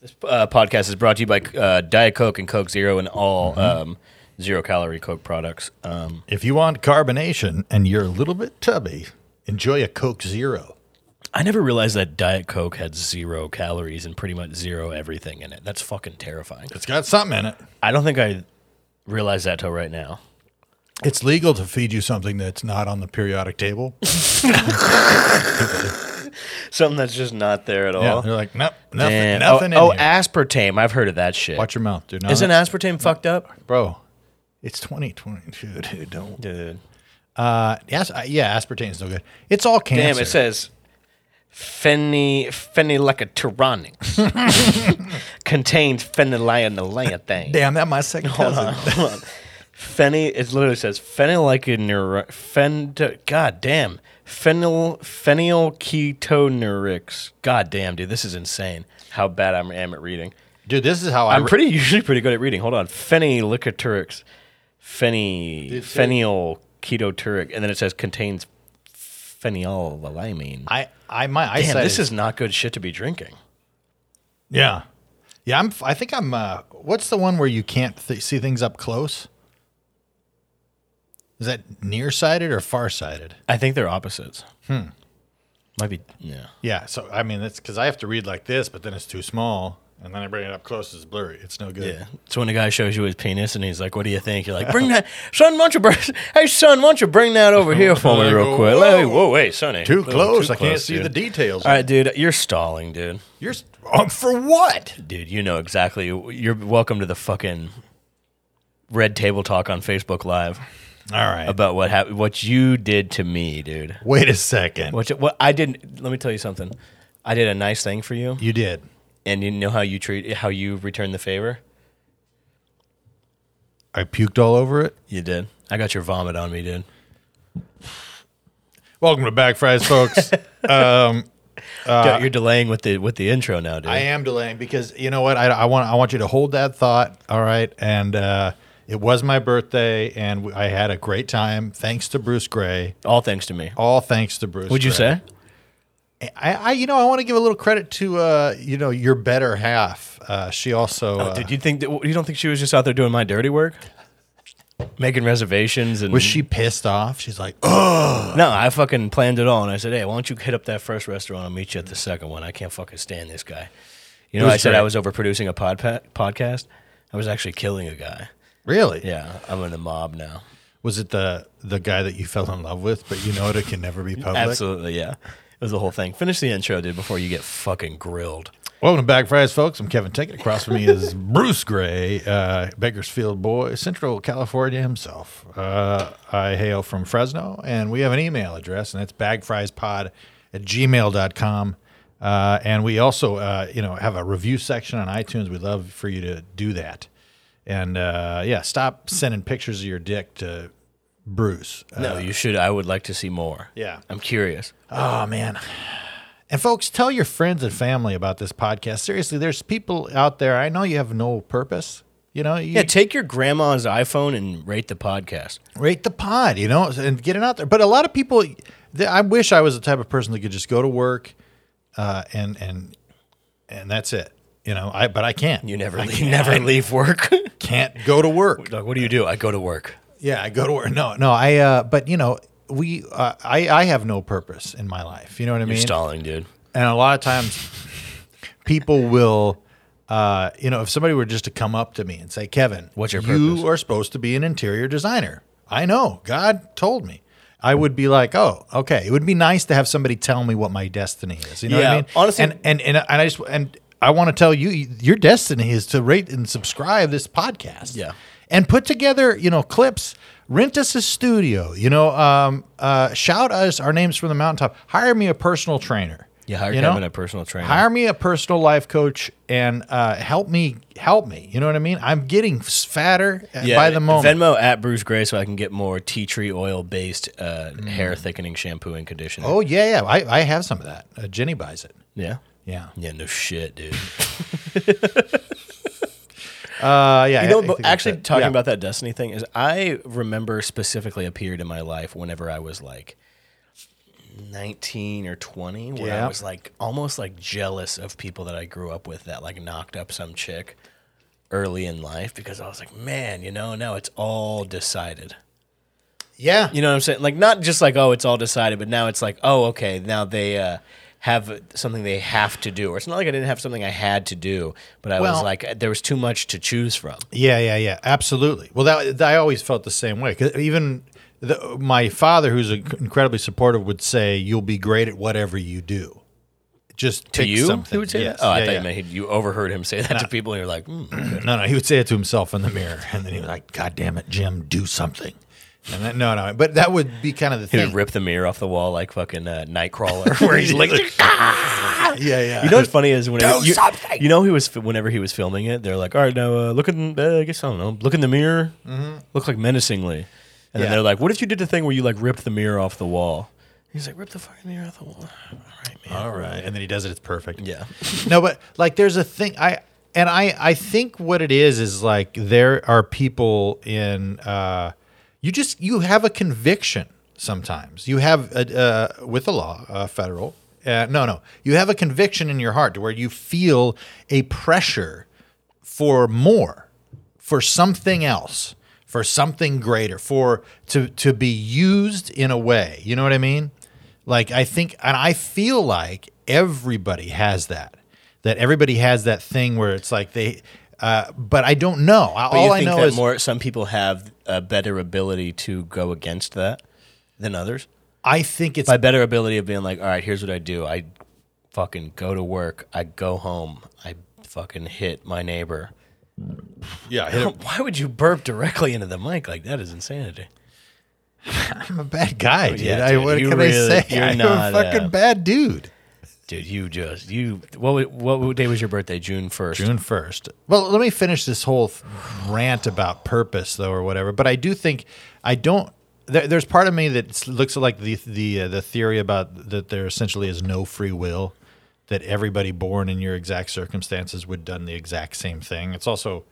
This uh, podcast is brought to you by uh, Diet Coke and Coke Zero and all um, zero calorie Coke products. Um, If you want carbonation and you're a little bit tubby, enjoy a Coke Zero. I never realized that Diet Coke had zero calories and pretty much zero everything in it. That's fucking terrifying. It's got something in it. I don't think I realized that till right now. It's legal to feed you something that's not on the periodic table. Something that's just not there at all. Yeah, they're like, nope, nothing, Damn. nothing in oh, oh here. aspartame. I've heard of that shit. Watch your mouth, dude. No, Isn't that's- aspartame fucked up? bro? It's 2022, dude. Don't. Dude. Uh, yes, uh, yeah, aspartame's no good. It's all Damn, cancer. it says phenny phenylecatyronic contains phenylanolanthanine. Damn, that my second Hold cousin. on, hold on. Phenny, it literally says phenylacanur, phent, god damn, phenyl, phenylketonurics. God damn, dude, this is insane how bad I am at reading. Dude, this is how I. I'm re- pretty usually pretty good at reading. Hold on, phenylacanurics, phenny, It says- phenylketoturic, and then it says contains phenylalanine. I, I, my eyesight. Damn, this is, is not good shit to be drinking. Yeah, yeah. I'm. f- I think I'm. Uh, what's the one where you can't th- see things up close? Is that nearsighted or farsighted? I think they're opposites. Hmm. Might be yeah. Yeah. So I mean, that's because I have to read like this, but then it's too small, and then I bring it up close, it's blurry. It's no good. Yeah. So when a guy shows you his penis and he's like, "What do you think?" You're like, "Bring that, son. Why don't you bring, hey, son? Why don't you bring that over here for me Like, real quick?" whoa. Hey, whoa, wait, sonny. Too Whoa, close. I can't see Oh, dude. the details. All right, dude, you're stalling, dude. You're s- um, for what? Dude, you know exactly. You're welcome to the fucking red table talk on Facebook Live All right. about what hap- what you did to me, dude. Wait a second. What, you- what I didn't. Let me tell you something. I did a nice thing for you, You did. and you know how you treat how you return the favor. I puked all over it. You did. I got your vomit on me, dude. Welcome to Back Fries, folks. Dude, you're delaying with the with the intro now, dude. Uh, I am delaying because you know what? I, I want I want you to hold that thought. All right, and uh, it was my birthday, and w- I had a great time. Thanks to Bruce Gray. All thanks to me. All thanks to Bruce. Would you Gray. say? I, I you know I want to give a little credit to uh, you know your better half. Uh, she also uh, Oh, Did you think that you don't think she was just out there doing my dirty work, making reservations and was she pissed off? She's like, oh, no? I fucking planned it all, and I said, hey, why don't you hit up that first restaurant? I'll meet you at the second one. I can't fucking stand this guy. You know, was I said great. I was overproducing a pod podcast. I was actually killing a guy. really? Yeah, I'm in the mob now. Was it the the guy that you fell in love with, but you know it can never be public? Absolutely, yeah. It was the whole thing. Finish the intro, dude, before you get fucking grilled. Welcome to Back Fries, folks. I'm Kevin Tickett. Across from me is Bruce Gray, uh, Bakersfield boy, Central California himself. Uh, I hail from Fresno, and we have an email address, and that's bagfriespod at gmail.com. Uh, and we also, uh, you know, have a review section on iTunes. We'd love for you to do that. And uh, yeah, stop sending pictures of your dick to Bruce. Uh, No, you should. I would like to see more. Yeah. I'm curious. Oh man. And folks, tell your friends and family about this podcast. Seriously, there's people out there. I know you have no purpose. You know, you Yeah, take your grandma's iPhone and rate the podcast. rate the pod, you know, and get it out there. But a lot of people, th- I wish I was the type of person that could just go to work, uh, and and and that's it. You know, I but I can't. You never I leave, can't- never I leave work. can't go to work. like, what do you do? I go to work. Yeah, I go to work. No, no, I. Uh, but you know, we, uh, I, I have no purpose in my life. You know what I You're mean? stalling, dude. and a lot of times people will uh, you know if somebody were just to come up to me and say kevin What's your purpose?" you are supposed to be an interior designer i know god told me i would be like oh okay it would be nice to have somebody tell me what my destiny is you know what Yeah, i mean honestly- and and and, and i just and i want to tell you your destiny is to rate and subscribe this podcast Yeah. and put together you know clips rent us a studio you know um, uh, shout us our names from the mountaintop hire me a personal trainer You hire you know? Kevin a personal trainer. hire me a personal life coach and uh, help me help me you know what i mean i'm getting s- fatter uh, yeah, by the moment Venmo at Bruce Gray so I can get more tea tree oil based uh, hair thickening shampoo and conditioner. oh yeah yeah I, I have some of that uh, jenny buys it yeah. yeah Yeah, no shit, dude. uh, yeah You know, I- but I think that's actually it. talking Yeah. about that destiny thing is I remember specifically a period in my life whenever I was like 19 or 20 where Yeah. I was like almost like jealous of people that I grew up with that like knocked up some chick early in life because I was like, man, you know, now it's all decided. Yeah. You know what I'm saying? Like not just like oh, it's all decided, but now it's like oh, okay, now they uh, have something they have to do. Or it's not like I didn't have something I had to do, but I Well- was like there was too much to choose from. Yeah, yeah, yeah. Absolutely. Well, that, that- I always felt the same way. 'Cause even the, my father, who's inc- incredibly supportive, would say, "You'll be great at whatever you do." Just To pick you, something. he would say Yes. that. Oh, I Yeah, thought yeah. you meant he- you overheard him say that to people, and you're like, hmm, okay. No, no, he would say it to himself in the mirror, and then he was like, "God damn it, Jim, do something." And then, no, no, but that would be kind of the he thing. would rip the mirror off the wall like fucking uh, Nightcrawler, where he's like, yeah, yeah. You know what's funny is whenever Do you, something. you know he was whenever he was filming it, they're like, all right, now uh, look at uh, I guess I don't know, look in the mirror, look like menacingly, and Mm-hmm. Yeah. then they're like, what if you did the thing where you like ripped the mirror off the wall? He's like, rip the fucking mirror off the wall. All right, man. All right, and then he does it. It's perfect. Yeah. no, but like there's a thing I and I I think what it is is like there are people in uh you just you have a conviction sometimes. You have a, uh with the law, uh, federal. Uh, no, no. You have a conviction in your heart to where you feel a pressure for more, for something else, for something greater, for to to be used in a way. You know what I mean? Like I think and I feel like everybody has that. That everybody has that thing where it's like they uh, but I don't know. I- But All you I think know that is more some people have a better ability to go against that than others? I think it's By better ability of being like, all right, here's what I do. I fucking go to work. I go home. I fucking hit my neighbor. yeah, Why would you burp directly into the mic like that? Is insanity. I'm a bad guy, dude. yeah, I, dude, what you can I really- say? you're I'm not, a fucking uh, bad dude. Dude, you just you. What wa- what day was your birthday? June first. June 1st. Well, let me finish this whole th- rant about purpose, though, or whatever. But I do think I don't. There, there's part of me that s- looks like the the uh, the theory about that there essentially is no free will, that everybody born in your exact circumstances would done the exact same thing. It's also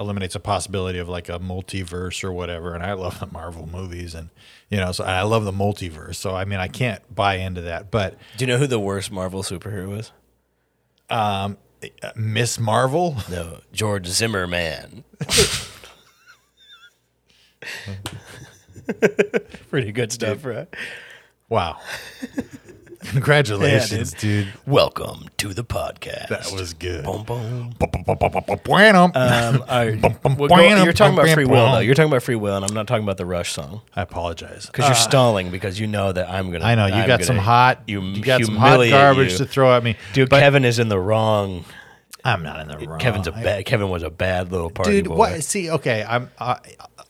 eliminates a possibility of like a multiverse or whatever. And I love the Marvel movies, and you know, so I love the multiverse. So I mean, I can't buy into that, but. Do you know who the worst Marvel superhero was? uh, Miss Marvel, No, George Zimmerman. Pretty good stuff, right? wow! Congratulations, dude. Welcome to the podcast. That was good. Boom, boom. Bueno. Um, all right. Bum, bum, We're going- you're talking about bum, free bum, will, bum. though. You're talking about free will, and I'm not talking about the Rush song I apologize. Uh, because you're stalling because you know that I'm gonna. I know you I'm got some gonna hot, you, hum- got some hot humiliate garbage you. to throw at me. Dude, Kevin is in the wrong. I'm not in the wrong. Kevin's a bad. Kevin was a bad little party Oh, dude. boy. Oh. What? See, okay, I'm. Uh,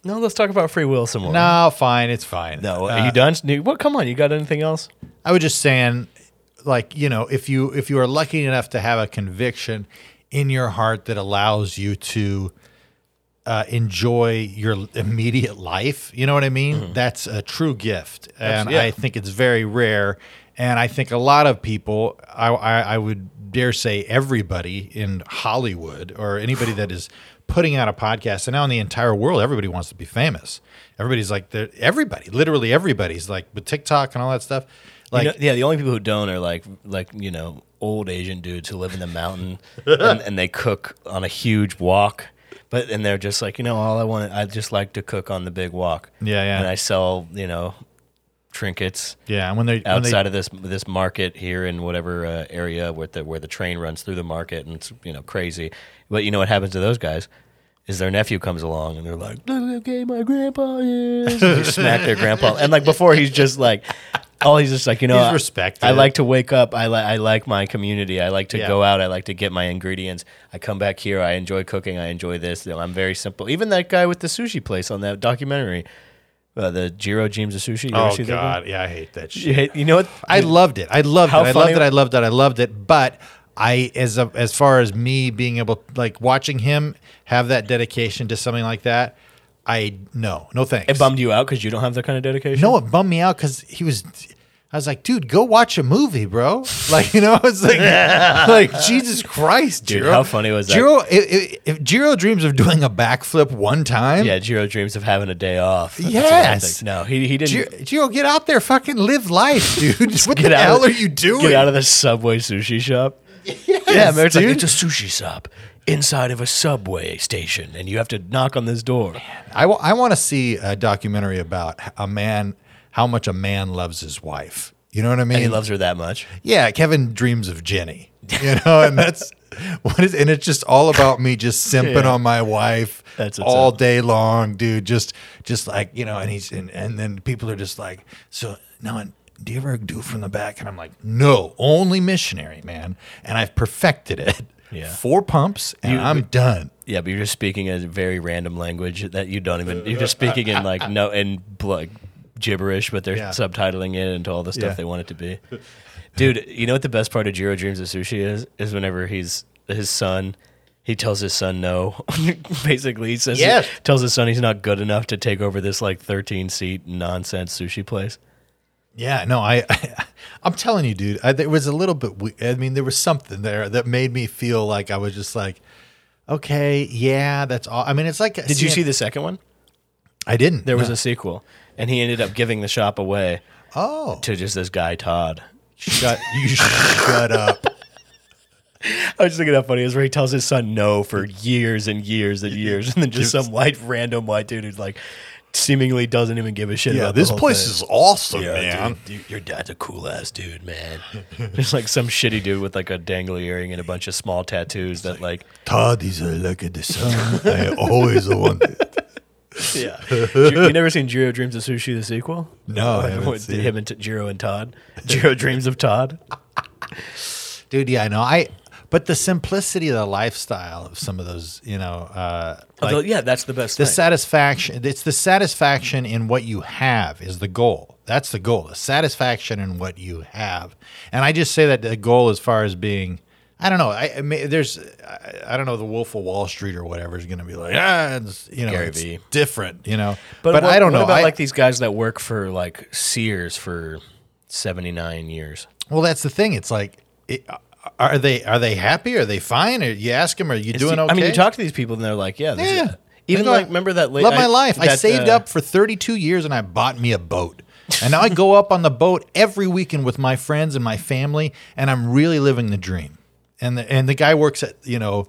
No, let's talk about free will some more. no, fine, it's fine. No, Uh, are you done? Dude, What? Come on, you got anything else? I was just saying, like you know, if you if you are lucky enough to have a conviction in your heart that allows you to uh, enjoy your immediate life, you know what I mean. That's a true gift, and Mm-hmm. yeah. I think it's very rare. And I think a lot of people, I, I, I would dare say everybody in Hollywood or anybody that is putting out a podcast, and now in the entire world, everybody wants to be famous. Everybody's like, they're- everybody, literally everybody's like with TikTok and all that stuff. Like, You know- yeah, the only people who don't are like, like you know, old Asian dudes who live in the mountain and, and they cook on a huge wok. But and they're just like, you know, all I want, I just like to cook on the big wok. Yeah, yeah. And I sell, you know, trinkets yeah, and when they when outside they, of this this market here in whatever uh, area where the where the train runs through the market and it's you know crazy. But you know what happens to those guys is their nephew comes along and they're like, "Look how gay my grandpa is!" And they smack their grandpa, and like before he's just like. all he's just like you know. He's I- respected. I like to wake up. I like I like my community. I like to Yeah. go out. I like to get my ingredients. I come back here. I enjoy cooking. I enjoy this. You know, I'm very simple. Even that guy with the sushi place on that documentary, uh, the Jiro James of sushi. You ever oh see that one? god, yeah, I hate that shit. You hate- you know what? I loved it. I loved How it. I funny- loved it. I loved it. I loved it. But I, as a, as far as me being able, like watching him have that dedication to something like that, I no, no thanks. It bummed you out because you don't have that kind of dedication. no, it bummed me out because he was. I was like, dude, go watch a movie, bro. Like, you know, I was like, like Jesus Christ, Dude, Jiro. how funny was that? Jiro, i- i- if Jiro dreams of doing a backflip one time, Yeah, Jiro dreams of having a day off. That's what I Yes. think. No, he, he didn't. Jiro, Jiro, get out there, fucking live life, dude. what the out hell of- are you doing? Get out of the subway sushi shop. yeah, man, it's like it's a sushi shop inside of a subway station, and you have to knock on this door. I want to see a documentary about a man, how much a man loves his wife. You know what I mean? And he loves her that much. yeah, Kevin dreams of Jenny. You know, and that's what is, and it's just all about me just simping Yeah. on my wife That's what's all up. day long, dude. Just, just like you know, and he's and, and then people are just like, so now, do you ever do from the back? And I'm like, no, only missionary, man. And I've perfected it. Yeah. Four pumps, and You- I'm done. Yeah, but you're just speaking a very random language that you don't even. You're just speaking in like no in like gibberish, but they're Yeah. subtitling it into all the stuff Yeah. they want it to be. Dude, you know what the best part of Jiro Dreams of Sushi is? Is whenever he's his son. He tells his son no. Basically, he says Yes. tells his son he's not good enough to take over this like 13 seat nonsense sushi place. Yeah, no, I, I I'm telling you, dude, I, there was a little bit. we- I mean, there was something there that made me feel like I was just like, okay, yeah, that's all. I mean, it's like, Did you see the second one? I didn't. There was a sequel, and he ended up giving the shop away oh, to just this guy Todd. shut you shut up. I was just thinking how funny it is where he tells his son no for years and years and years, and then just some white random white dude who's like seemingly doesn't even give a shit. Yeah, about the this whole place thing. is awesome, man. dude, you- your dad's a cool ass dude, man. Just like some shitty dude with like a dangly earring and a bunch of small tattoos that like, Todd is a lucky the sun. I always wanted. yeah. You, you never seen Jiro Dreams of Sushi the sequel? No, I haven't With seen him and t- Jiro and Todd. Jiro Dreams of Todd. dude. Yeah, I know. I but the simplicity of the lifestyle of some of those, you know, uh, like- Although, yeah, that's the best. the thing. satisfaction it's the satisfaction in what you have is the goal that's the goal the satisfaction in what you have and i just say that the goal as far as being i don't know i, I mean, there's I, I don't know the wolf of wall street or whatever is going to be like ah it's, you know Gary it's Vee. different you know but, i what- don't what know about I, like these guys that work for like Sears for seventy nine years. well that's the thing it's like it, are they are they happy are they fine are you ask them are you doing okay I mean, you talk to these people and they're like, yeah, this is- Yeah. even They go, like remember that late. Love my life. I that, saved uh, up for 32 years and I bought me a boat. And now I go up on the boat every weekend with my friends and my family, and I'm really living the dream. And the, and the guy works at you know,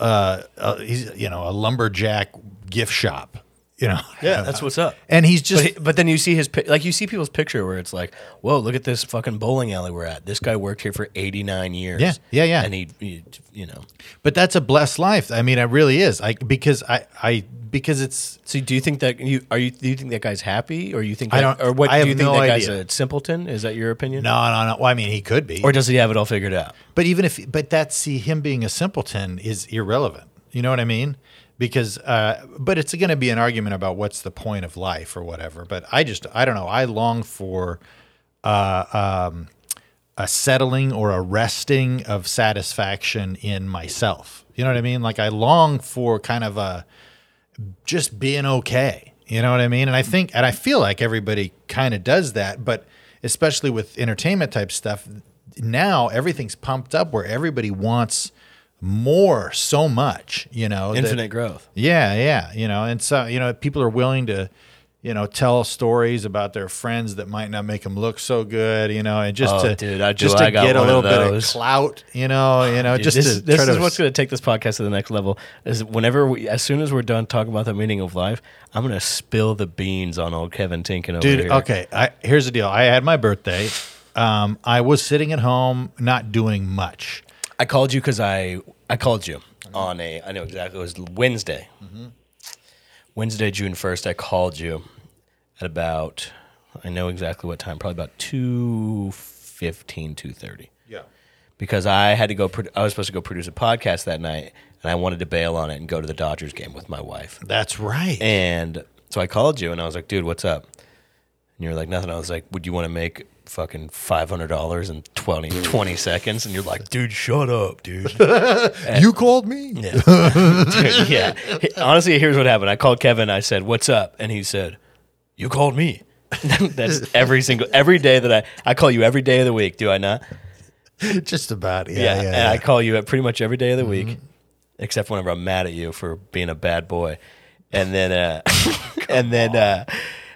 uh, uh, he's you know a lumberjack gift shop, you know. Yeah, that's what's up. And he's just But, he- but then you see his pi- like you see people's picture where it's like, whoa, look at this fucking bowling alley we're at. This guy worked here for eighty nine years. Yeah, yeah, yeah. And he, he, you know. but that's a blessed life. I mean, it really is. I because I I because it's So do you think that you are you do you think that guy's happy or you think I that- don't- or what I do you have think no that guy's idea. a simpleton? Is that your opinion? no no no. Well, I mean, he could be. Or does he have it all figured out? But even if, but that's see him being a simpleton is irrelevant. You know what I mean? Because, uh, but it's going to be an argument about what's the point of life or whatever. But I just, I don't know. I long for uh, um, a settling or a resting of satisfaction in myself. You know what I mean? Like I long for kind of a just being okay. You know what I mean? And I think, and I feel like everybody kind of does that, but especially with entertainment type stuff, now everything's pumped up where everybody wants more so much, you know, that- Infinite growth. yeah, yeah, you know, and so you know, people are willing to, you know, tell stories about their friends that might not make them look so good, you know, and just Oh, to dude, I do- just to I got get a one little of bit of those. clout, you know, you know, Dude, just this, to is- this try is to- what's going to take this podcast to the next level. Is whenever we, as soon as we're done talking about the meaning of life, I'm going to spill the beans on old Kevin Tinkin over dude. here. Okay, I, here's the deal. I had my birthday. Um, I was sitting at home, not doing much. I called you because I I called you on a I know exactly it was Wednesday, Wednesday June first. I called you at about I know exactly what time, probably about 2.15, 2.30. Yeah. because I had to go. Pro- I was supposed to go produce a podcast that night, and I wanted to bail on it and go to the Dodgers game with my wife. That's right. And so I called you and I was like, dude, what's up? And you were like, nothing. I was like, would you want to make fucking $500 in 20, 20 seconds? And you're like, dude, shut up, dude. you called me. Yeah. Dude, yeah. Honestly, here's what happened. I called Kevin. I said, what's up? And he said, you called me. That's every single every day that I I call you every day of the week. Do I not? Just about. Yeah. Yeah. and yeah. Mm-hmm. I call you at pretty much every day of the week, except whenever I'm mad at you for being a bad boy, and then uh, and then uh,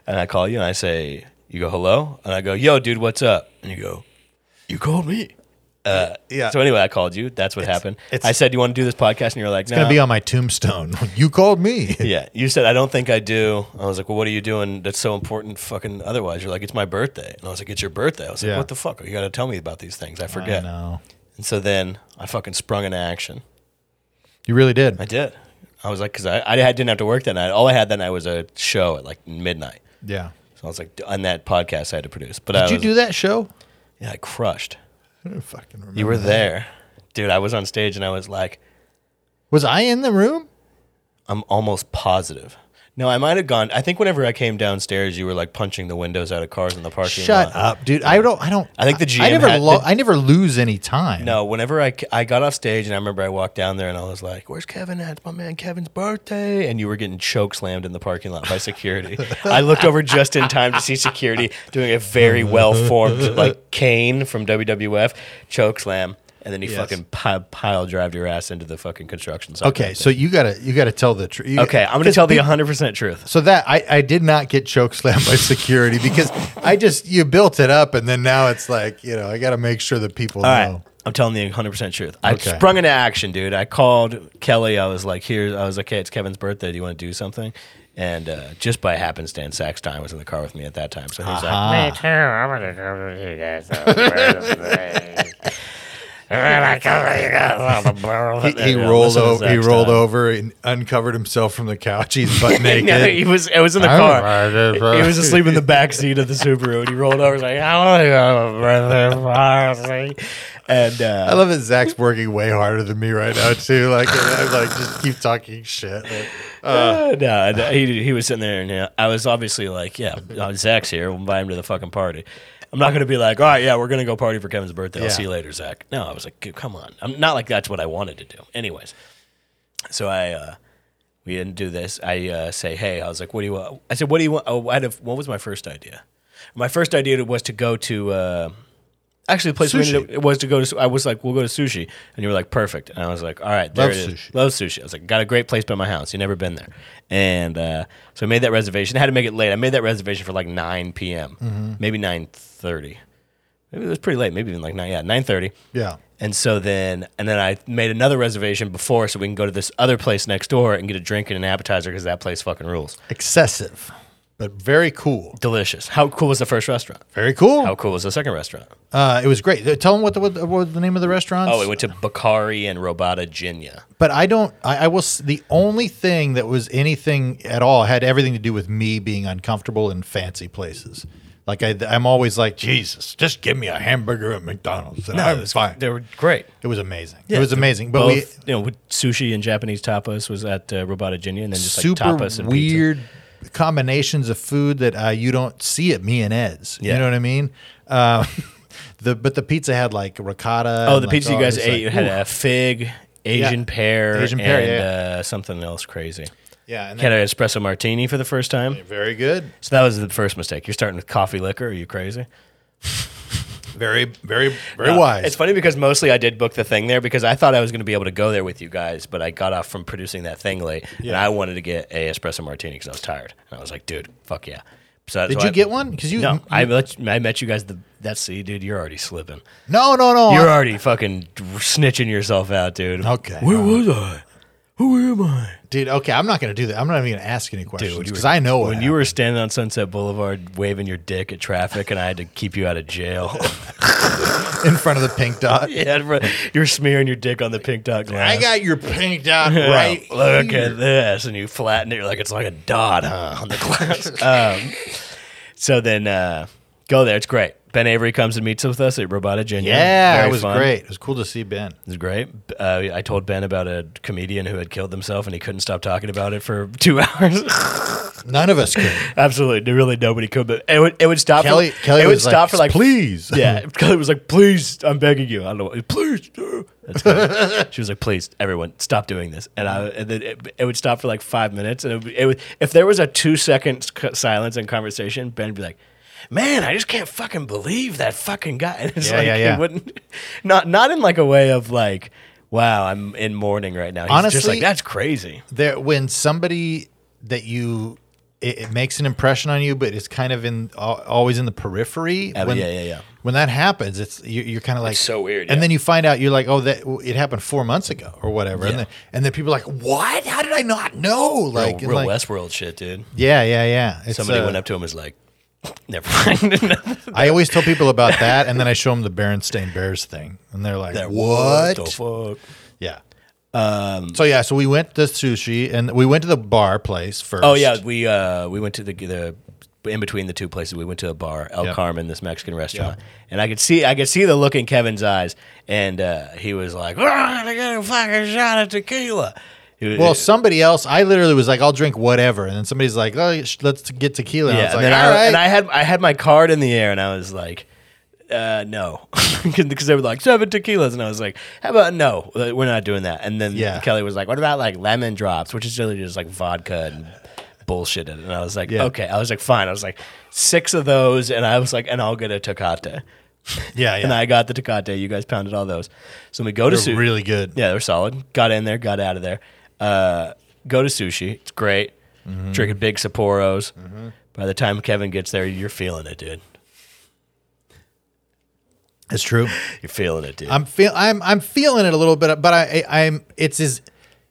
and I call you and I say you go hello and I go yo dude what's up and you go you called me. yeah. So anyway, I called you. That's what happened. it's- I said, "You want to do this podcast?" And you're like, "No." Gonna be on my tombstone. You called me. yeah, you said, "I don't think I do." I was like, "Well, what are you doing that's so important?" Fucking otherwise, you're like, "It's my birthday," and I was like, "It's your birthday." I was like, Yeah. "What the fuck? You got to tell me about these things. I I forget." know. and so then I fucking sprung into action. You really did. I did. I was like, because I, I didn't have to work that night. All I had that night was a show at like midnight. Yeah. So I was like, on that podcast I had to produce. But I Did you was- do that show? Yeah, I crushed. I don't fucking remember. You were that. there, dude. I was on stage and I was like, Was I in the room? I'm almost positive. No, I might have gone. I think whenever I came downstairs, you were like punching the windows out of cars in the parking lot. Shut up, dude. I don't. I don't. I think the I GM never. had- lo- the- I never lose any time. No, whenever I, I got off stage and I remember I walked down there and I was like, "Where's Kevin at? It's my man Kevin's birthday." And you were getting choke slammed in the parking lot by security. I looked over just in time to see security doing a very well formed like cane from WWF choke slam, and then he Yes. fucking pi- pile drove your ass into the fucking construction site. Okay, so you gotta you gotta tell the truth. okay, I'm gonna tell the 100 percent truth. So that I, I did not get choke slammed by security because I just you built it up and then now it's like you know I got to make sure that people All know. right. I'm telling the 100% truth. I Okay. sprung into action, dude. I called Kelly. I was like, here, I was like, hey, it's Kevin's birthday. Do you want to do something? And uh, just by happenstance, Zach Stein was in the car with me at that time. So he was like, Ah. Me too. I'm gonna cover you guys on Wednesday. I'm gonna cover you guys on the He, world. he yeah, rolled listen to over. He Zach's rolled time. over and uncovered himself from the couch. He's butt naked. no, he was, it was in the car. He was asleep in the back seat of the Subaru and he rolled over. He's like, "Ah." I want to go to the And I uh, love that Zach's working way harder than me right now too. Like I'm like just keep talking shit. Like, Uh, no, no, he, he was sitting there and uh, I was obviously like, yeah, uh, Zach's here. We'll invite him to the fucking party. I'm not going to be like, all right, yeah, we're going to go party for Kevin's birthday. I'll Yeah. see you later, Zach. No, I was like, come on. I'm not like that's what I wanted to do. Anyways, so I, uh, we didn't do this. I uh, say, hey, I was like, what do you want? I said, what do you want? Oh, I had a, what was my first idea? My first idea was to go to, uh, actually, the place we Sushi. ended up, it was to go to, I was like, we'll go to sushi. And you were like, perfect. And I was like, all right, there Love it is. sushi. Love sushi. I was like, got a great place by my house. You never been there. And uh, so I made that reservation. I had to make it late. I made that reservation for like 9 p.m., maybe 9.30. Maybe it was pretty late. Maybe even like 9, yeah, 9.30. yeah. And so then, and then I made another reservation before so we can go to this other place next door and get a drink and an appetizer because that place fucking rules. Excessive, but very cool. Delicious. How cool was the first restaurant? Very cool. How cool was the second restaurant? Uh, it was great. Tell them what the what, the- what the name of the restaurant. Oh, we went to Bakari and Robata Ginya. But I don't. I, I will. s- The only thing that was anything at all had everything to do with me being uncomfortable in fancy places. Like I, I'm always like Jesus, just give me a hamburger at McDonald's and I'm fine. They were great. It was amazing. it was amazing. But we Both, you know, with sushi and Japanese tapas was at uh, Robata Ginya and then just like super tapas and pizza. weird combinations of food that uh, you don't see at me and Ed's. Yeah. You know what I mean? Uh, the but the pizza had like ricotta. Oh, and, the like, pizza you all guys this, ate like- had a fig, Asian Yeah. pear, Asian pear, and yeah. uh, something else crazy. yeah, and Had then, an espresso martini for the first time. very good. So that was the first mistake. You're starting with coffee liquor. Are you crazy? Very, very, very Uh, wise. It's funny because mostly I did book the thing there because I thought I was going to be able to go there with you guys, but I got off from producing that thing late, and Yeah. I wanted to get a espresso martini because I was tired, and I was like, dude, fuck yeah. So that's Did why you I- get one? Because you No, I met, I met you guys. The that's see, dude, you're already slipping. No, no, no. You're already fucking snitching yourself out, dude. Okay. Where was I? Who am I? dude. Okay, I'm not gonna do that. I'm not even gonna ask any questions Dude, you because were- I know When you were standing on Sunset Boulevard waving your dick at traffic, and I had to keep you out of jail. were in front of the pink dot. yeah, bro, you're smearing your dick on the pink dot glass. I got your pink dot Yeah, right. Look here. at this, and you flatten it. You're like it's like a dot huh, on the glass. um, so then uh, go there. It's great. Ben Avery comes and meets with us at Robata Genius. Yeah, it was great. It was cool to see Ben. It was great. Uh, I told Ben about a comedian who had killed himself, and he couldn't stop talking about it for two hours. None of us could. Absolutely, really nobody could. But it would it would stop. Kelly, for, Kelly it would was stop like, for like please. yeah, Kelly was like, "Please, I'm begging you." I don't know, what- please. uh." That's good. she was like, "Please, everyone, stop doing this." And I, and then it, it would stop for like five minutes, and it would, be- it would, if there was a two second c- silence in conversation, Ben would be like, man, I just can't fucking believe that fucking guy. And it's Yeah, like, yeah, he yeah. wouldn't, not, not in like a way of like, wow, I'm in mourning right now. He's just Honestly- like, that's crazy. there when somebody that you it, it makes an impression on you, but it's kind of in al- always in the periphery. Yeah, when, yeah, yeah, yeah. When that happens, it's you, you're kind of like so weird, And yeah. then you find out you're like, oh, that w- it happened four months ago or whatever, and Yeah. then and then people are like, what? How did I not know? Like, real like- Westworld shit, dude. yeah, yeah, yeah. It's, Somebody uh, went up to him and was like, never mind. I always tell people about that, and then I show them the Berenstain Bears thing, and they're like, That, what? the fuck? Yeah. Um, so yeah, so we went to sushi and we went to the bar place first. Oh yeah, we uh, we went to the the in between the two places. We went to a bar, El Yep. Carmen, this Mexican restaurant, and I could see I could see the look in Kevin's eyes, and uh, he was like, "We're gonna get a fucking shot of tequila." He was- Well, somebody else. I literally was like, "I'll drink whatever," and then somebody's like, "Oh, sh- let's get tequila." And yeah, I was like, and, then "All I, right." and I had I had my card in the air, and I was like. Uh, no, because they were like seven tequilas, and I was like, "How about no? Like, We're not doing that." And then Yeah. Kelly was like, "What about like lemon drops, which is really just like vodka and bullshit?" in it. And I was like, Yeah. "Okay." I was like, "Fine." I was like, six of those," and I was like, "And I'll get a tecate." yeah, yeah, And I got the tecate. You guys pounded all those, so we go to They're su- really good. yeah, they're solid. Got in there, got out of there. Uh, go to sushi. It's great. Mm-hmm. Drinking big Sapporos. By the time Kevin gets there, you're feeling it, dude. it's true. You're feeling it, dude. I'm feel I'm I'm feeling it a little bit, but I, I I'm it's is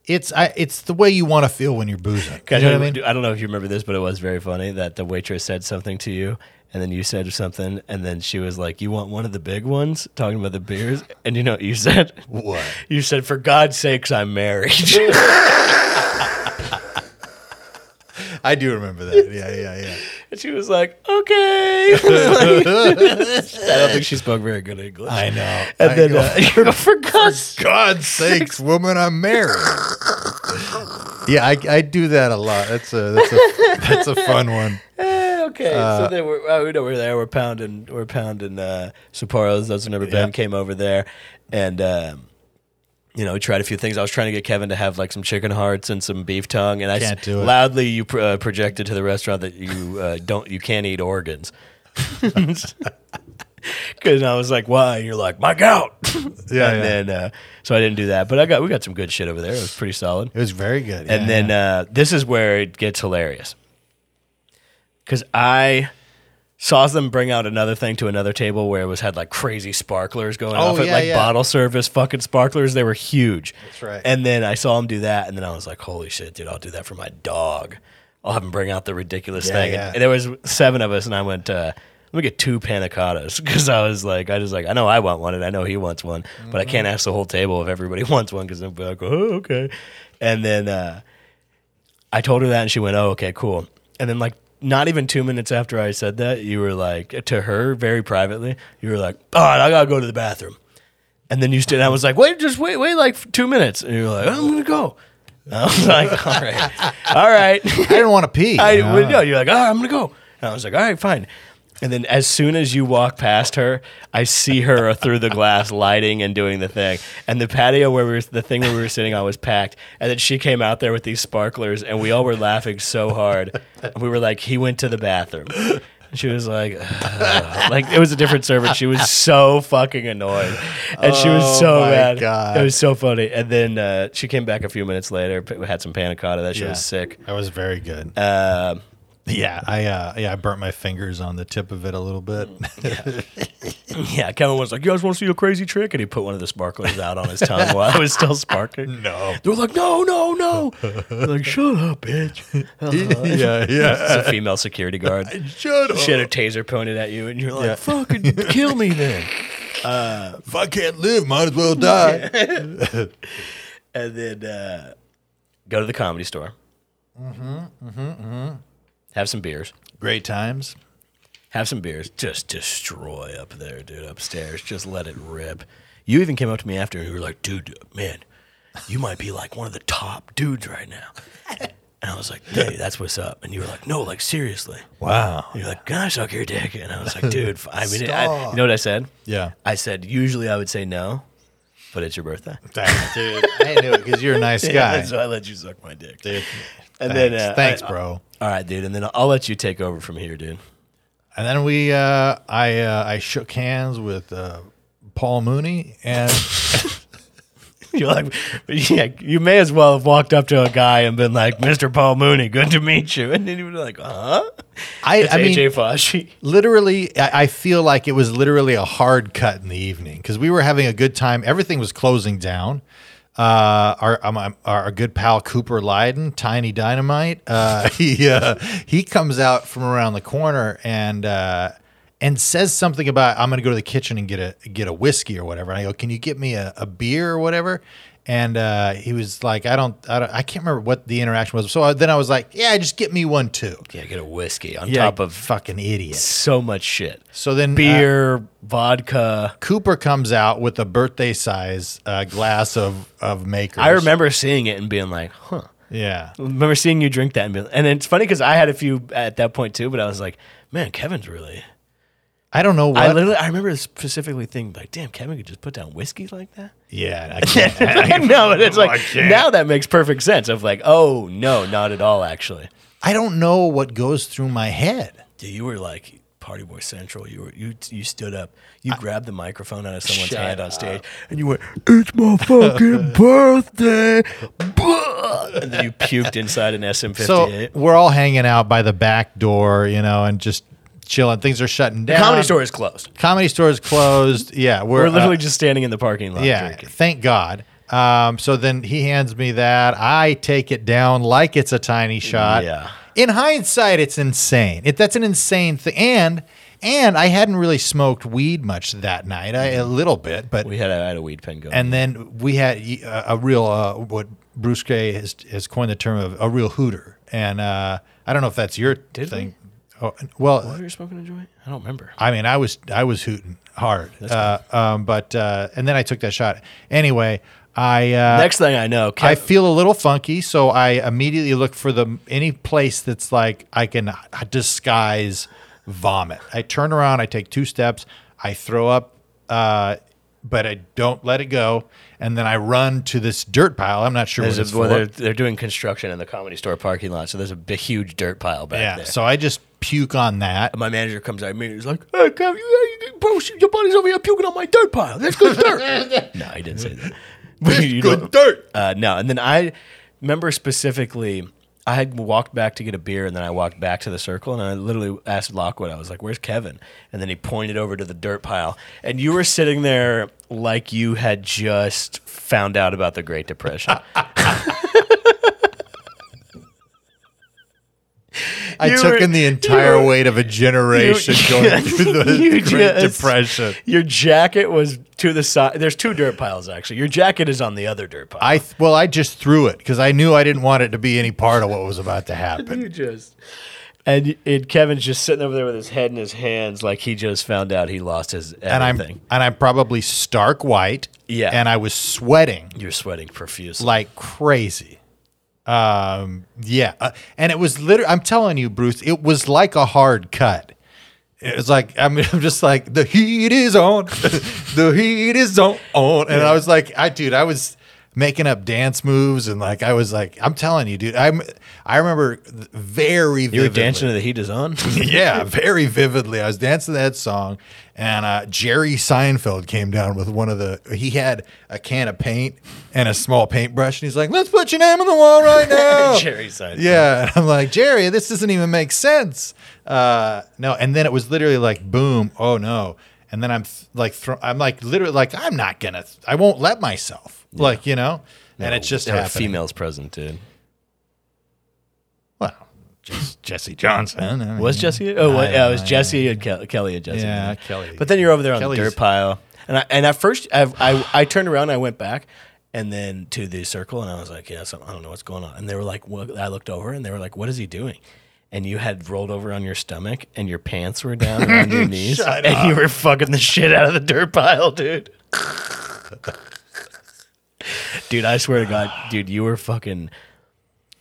it's I it's the way you want to feel when you're boozing. You Guys, know what I I- mean? I don't know if you remember this, but it was very funny that the waitress said something to you, and then you said something, and then she was like, "You want one of the big ones?" Talking about the beers, and you know what you said? What? You said, "For God's sakes, I'm married." I do remember that. Yeah, yeah, yeah. and she was like, "Okay." Like, I don't think she spoke very good English. Eh, I know. and I then go, uh, you go, for God's sakes." God's sakes, woman, I'm married. yeah, I, I do that a lot. That's a that's a that's a fun one. Eh, okay, so then we're uh, we know we're there. We're pounding, we're pounding uh, Sapporos. Those never been Yeah. came over there, and um, you know we tried a few things. I was trying to get Kevin to have like some chicken hearts and some beef tongue, and I Can't s- do it. loudly you pr- uh, projected to the restaurant that you uh, don't you can't eat organs. Because I was like, "Why?" And you're like, "My gout." Yeah, and yeah. then uh, so I didn't do that, but I got we got some good shit over there. It was pretty solid. It was very good. And Yeah, then yeah. uh, this is where it gets hilarious. Because I saw them bring out another thing to another table where it was had like crazy sparklers going Oh, off at yeah, like yeah. bottle service fucking sparklers. They were huge. That's right. And then I saw him do that. And then I was like, holy shit, dude, I'll do that for my dog. I'll have him bring out the ridiculous Yeah, thing. yeah. And there was seven of us. And I went, uh, let me get two panna cottas because I was like, I just like, I know I want one and I know he wants one, but I Mm-hmm. can't ask the whole table if everybody wants one because they'll be like, oh, okay. And then, uh, I told her that, and she went, "Oh, okay, cool." And then, like, not even two minutes after I said that, you were like to her very privately, you were like, "All right, I gotta go to the bathroom." And then you stood. And I was like, "Wait, just wait, wait, like two minutes." And you're like, "I'm gonna go." And I was like, "All right, all right." I didn't want to pee. I you know? well, no, you're like, "All right, I'm gonna go." And I was like, "All right, fine." And then as soon as you walk past her, I see her through the glass lighting and doing the thing. And the patio where we were, the thing where we were sitting on was packed. And then she came out there with these sparklers, and we all were laughing so hard. And we were like, he went to the bathroom. And she was like, "Ugh." like it was a different servant. She was so fucking annoyed, and she was so Oh, my mad. God. It was so funny. And then uh, she came back a few minutes later, p- had some panna cotta that she Yeah. was sick. That was very good. Um, yeah, I uh, yeah, I burnt my fingers on the tip of it a little bit. Yeah, Kevin was like, "You guys want to see a crazy trick?" And he put one of the sparklers out on his tongue while it was still sparkling. no. They were like, "No, no, no!" They're like, "Shut up, bitch!" yeah, yeah. It's a female security guard. Shut up. She had a taser pointed at you, and you're like, "Fucking kill me then!" If I can't live, might as well die. And then uh, go to the comedy store. Mm-hmm. Mm-hmm. Have some beers. Great times. Have some beers. Just destroy up there, dude, upstairs. Just let it rip. You even came up to me after and you were like, dude, man, you might be like one of the top dudes right now. And I was like, hey, that's what's up. And you were like, no, like, seriously. Wow. And you're like, can I suck your dick? And I was like, dude, f- I mean, I, Stop. you know what I said? Yeah. I said, usually I would say no, but it's your birthday. Thanks, dude. I knew it because you're a nice guy. so I let you suck my dick. dude. And Thanks, then, uh, Thanks I- bro. All right, dude. And then I'll let you take over from here, dude. And then we, uh, I, uh, I shook hands with uh, Paul Mooney, and You're like, yeah, you may as well have walked up to a guy and been like, "Mr. Paul Mooney, good to meet you," and then you were like, "Huh?" I, It's I mean, AJ Foshi. literally, I, I feel like it was literally a hard cut in the evening because we were having a good time. Everything was closing down. Uh, our, um, um, our good pal Cooper Lyden, Tiny Dynamite, uh, he uh, he comes out from around the corner and uh, and says something about I'm going to go to the kitchen and get a get a whiskey or whatever. And I go, can you get me a, a beer or whatever? And uh, he was like, I don't, I don't, I can't remember what the interaction was. So I, then I was like, yeah, just get me one too. Yeah, get a whiskey on Yeah, top of fucking idiot. so much shit. So then uh, Beer, vodka. Cooper comes out with a birthday size uh, glass of of Maker's. I remember seeing it and being like, "Huh." Yeah. I remember seeing you drink that and being, and it's funny because I had a few at that point too, but I was like, "Man, Kevin's really." I don't know what. I literally I remember specifically thinking like, "Damn, Kevin could just put down whiskey like that." yeah. I can't. no, and it's I like can't. now that makes perfect sense. Of like, oh no, not at all. Actually, I don't know what goes through my head. Dude, you were like Party Boy Central. You were you you stood up, you grabbed the microphone out of someone's Shut hand on stage, and you went. it's my fucking birthday, Bah! and then you puked inside an SM58. So we're all hanging out by the back door, you know, and just chilling. Things are shutting down. Comedy store is closed. Comedy store is closed. Yeah, we're, We're literally um, uh, just standing in the parking lot yeah. drinking. Thank God. Um, so then he hands me that. I take it down like it's a tiny shot. Yeah. In hindsight, it's insane. It, that's an insane thing. And and I hadn't really smoked weed much that night. I, a little bit, but Mm-hmm. We had a, I had a weed pen going. and then we had y- a, a real uh, what Bruce Gray has, has coined the term of a real hooter. And uh, I don't know if that's your thing. Oh, well, were you smoking a joint? I don't remember. I mean, I was I was hooting hard, uh, um, but uh, and then I took that shot anyway. I uh, Next thing I know, I Kev, feel a little funky, so I immediately look for the any place that's like I can disguise vomit. I turn around, I take two steps, I throw up, uh, but I don't let it go, and then I run to this dirt pile. I'm not sure what there's it's a, well, for. they're, they're doing construction in the comedy store parking lot, so there's a big, huge dirt pile back yeah, there. so I just puke on that. And my manager comes out immediately. He's like, "Hey, Kev, you, you, bro, shit, your buddy's over here puking on my dirt pile. That's good dirt." no, I didn't say that. But you know- dirt. Uh, no, and then I remember specifically. I had walked back to get a beer, and then I walked back to the circle, and I literally asked Lockwood. I was like, "Where's Kevin?" And then he pointed over to the dirt pile, and you were sitting there like you had just found out about the Great Depression. I You took were- in the entire you were- weight of a generation going through the You Great just- Depression. Your jacket was to the side. There's two dirt piles actually. Your jacket is on the other dirt pile. I th- well, I just threw it because I knew I didn't want it to be any part of what was about to happen. you just and, and Kevin's just sitting over there with his head in his hands, like he just found out he lost his everything. and I'm and I'm probably stark white. Yeah. and I was sweating You're sweating profusely. like crazy. Um, yeah, Uh, and it was literally. I'm telling you, Bruce, it was like a hard cut. It was like I mean, I'm just like the heat is on, the heat is on, on, and I was like, I dude, I was making up dance moves and like I was like, I'm telling you, dude, I'm. I remember very. you were vividly- dancing to the heat is on. yeah, very vividly. I was dancing to that song, and uh, Jerry Seinfeld came down with one of the. He had a can of paint and a small paintbrush, and he's like, "Let's put your name on the wall right now." Jerry Seinfeld. Yeah, and I'm like, Jerry, this doesn't even make sense. Uh, no, and then it was literally like, boom, oh no, and then I'm th- like, thro- I'm like, literally, like, I'm not gonna, th- I won't let myself, like, you know, and it just There were happened. females present, dude. well, just Jesse Johnson I Was mean, Jesse? Oh, what, I- yeah, it was Jesse and Kel- Kelly and Jesse. Yeah, Kelly. But then you're over there on the Kelly's- dirt pile, and I and at first I I, I turned around, I went back, and then to the circle, and I was like, yeah, some, I don't know what's going on. And they were like, what? I looked over, and they were like, what is he doing? And you had rolled over on your stomach, and your pants were down around your knees, Shut and you were fucking the shit out of the dirt pile, dude. dude, I swear to God, dude, you were fucking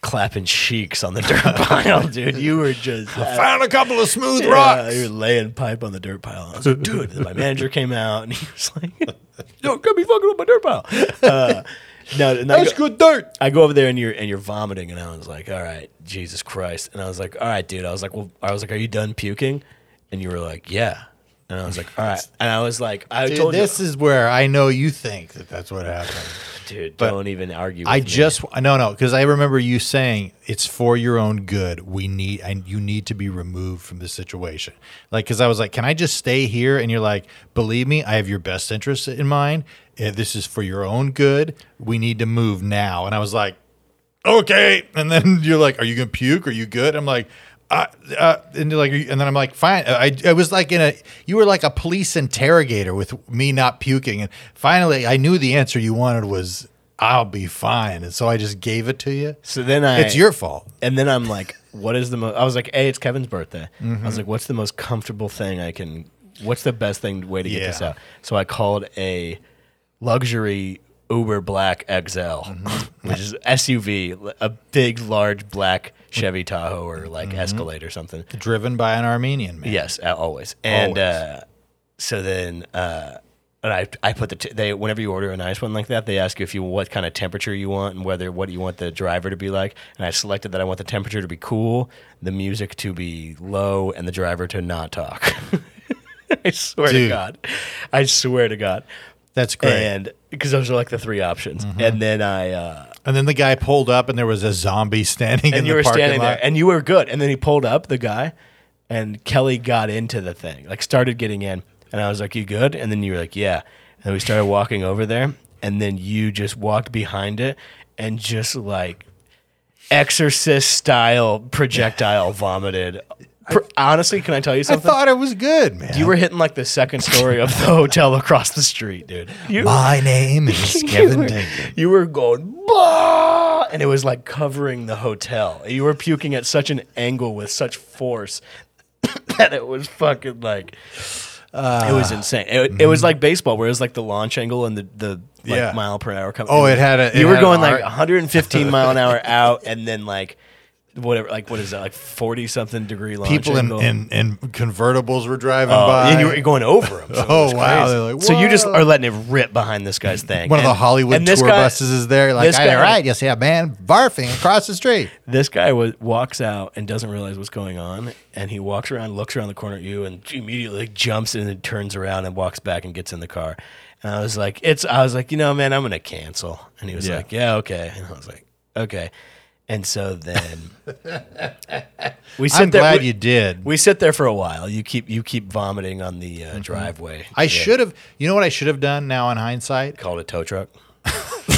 clapping cheeks on the dirt pile, dude. You were just found a couple of smooth yeah, rocks. You're laying pipe on the dirt pile. I was like, dude, my manager came out and he was like, yo, come be fucking with my dirt pile. Uh, no, and I That's go, good dirt. I go over there and you're and you're vomiting, and I was like, all right, Jesus Christ. And I was like, all right, dude. I was like, well, I was like, are you done puking? And you were like, yeah. And I was like, all right. And I was like, I Dude, told this is where I know you think that that's what happened. you, dude, but don't even argue. With I me. just no no because I remember you saying it's for your own good. We need and you need to be removed from this situation. Like because I was like, can I just stay here? And you're like, believe me, I have your best interest in mind. Eh, This is for your own good. We need to move now. And I was like, okay. And then you're like, are you gonna puke? Are you good? I'm like. Uh, uh, and you're like, "Are you-" and then I'm like, fine. I, I was like in a, you were like a police interrogator with me not puking. And finally, I knew the answer you wanted was, I'll be fine. And so I just gave it to you. So then I. It's your fault. And then I'm like, what is the most? I was like, hey, it's Kevin's birthday. I was like, what's the most comfortable thing I can? What's the best thing way to get this Yeah. out? So I called a luxury Uber Black XL, which is SUV, a big, large black Chevy Tahoe or like Escalade or something. Driven by an Armenian man. Yes, uh, always. And Always. Uh, so then, uh, and I I put the t- they whenever you order an ice one like that, they ask you if you what kind of temperature you want and whether what you want the driver to be like. And I selected that I want the temperature to be cool, the music to be low, and the driver to not talk. I swear to Dude. God, I swear to God. That's great. Mm-hmm. And, And because those are like the three options, and then I uh, then the guy pulled up and there was a zombie standing in and the you were parking standing lot. there and you were good and then he pulled up the guy and kelly got into the thing like started getting in and i was like you good and then you were like yeah and we started walking over there and then you just walked behind it and just like exorcist style projectile vomited Pr- honestly can i tell you I something thought it was good, man. you were hitting like the second story of the hotel across the street dude you, My name is you Kevin were- Dinklage. You were going, bah! and it was like covering the hotel. You were puking at such an angle with such force that it was fucking like, uh, it was Ah. insane. It, it was like baseball, where it was like the launch angle and the the like Mm-hmm. Yeah. mile per hour coming. Oh, it had a- it you were had an going like arc. 115 mile an hour out, and then like whatever, like what is that, like 40 something degree launch People in, angle. in, in convertibles were driving Oh, by. and you were going over him. So it Oh, was wow. crazy. They're like, so you just "Whoa." are letting it rip behind this guy's thing. One of the And- Hollywood and this tour guy- buses is there. Like, this all guy- right, you see a man barfing across the street. this guy wa walks out and doesn't realize what's going on, and he walks around, looks around the corner at you, and immediately jumps and then turns around and walks back and gets in the car. And I was like, "It's," I was like, "You know, man, I'm gonna cancel." And he was Yeah. like, "Yeah, okay." And I was like, "Okay." And so then we sit I'm there. glad we, you did. we sit there for a while. You keep you keep vomiting on the uh, driveway. Mm-hmm. I should have. You know what I should have done now in hindsight? called a tow truck.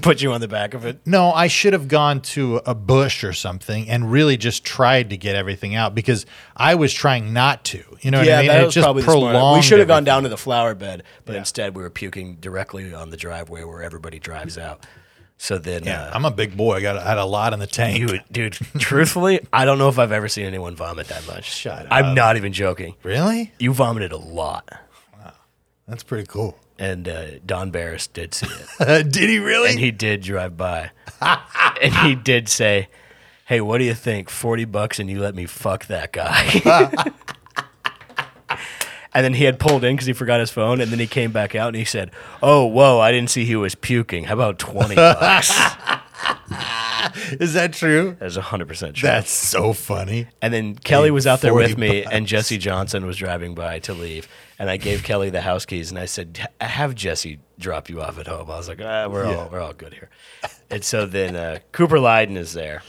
Put you on the back of it. No, I should have gone to a bush or something and really just tried to get everything out because I was trying not to. You know what I mean? that And it was probably the smarter- We prolonged should have gone everything. down to the flower bed, but instead we were puking directly on the driveway where everybody drives out. So then, Yeah, uh, I'm a big boy. I got I had a lot in the tank. you, dude, truthfully, I don't know if I've ever seen anyone vomit that much. Shut I'm not even joking. really? You vomited a lot, That's pretty cool. and uh, Don Barris did see it, Did he really? and he did drive by, and he did say, "Hey, what do you think? Forty bucks, and you let me fuck that guy." And then he had pulled in because he forgot his phone. And then he came back out and he said, "Oh, whoa! I didn't see he was puking. How about twenty bucks?" Is that true? That's hundred percent true. That's so funny. and then Kelly was out there 40 with me, and Jesse Johnson was driving by to leave. And I gave Kelly the house keys, and I said, "H- "Have Jesse drop you off at home." I was like, ah, "We're all we're all good here." And so then uh, Cooper Lyden is there.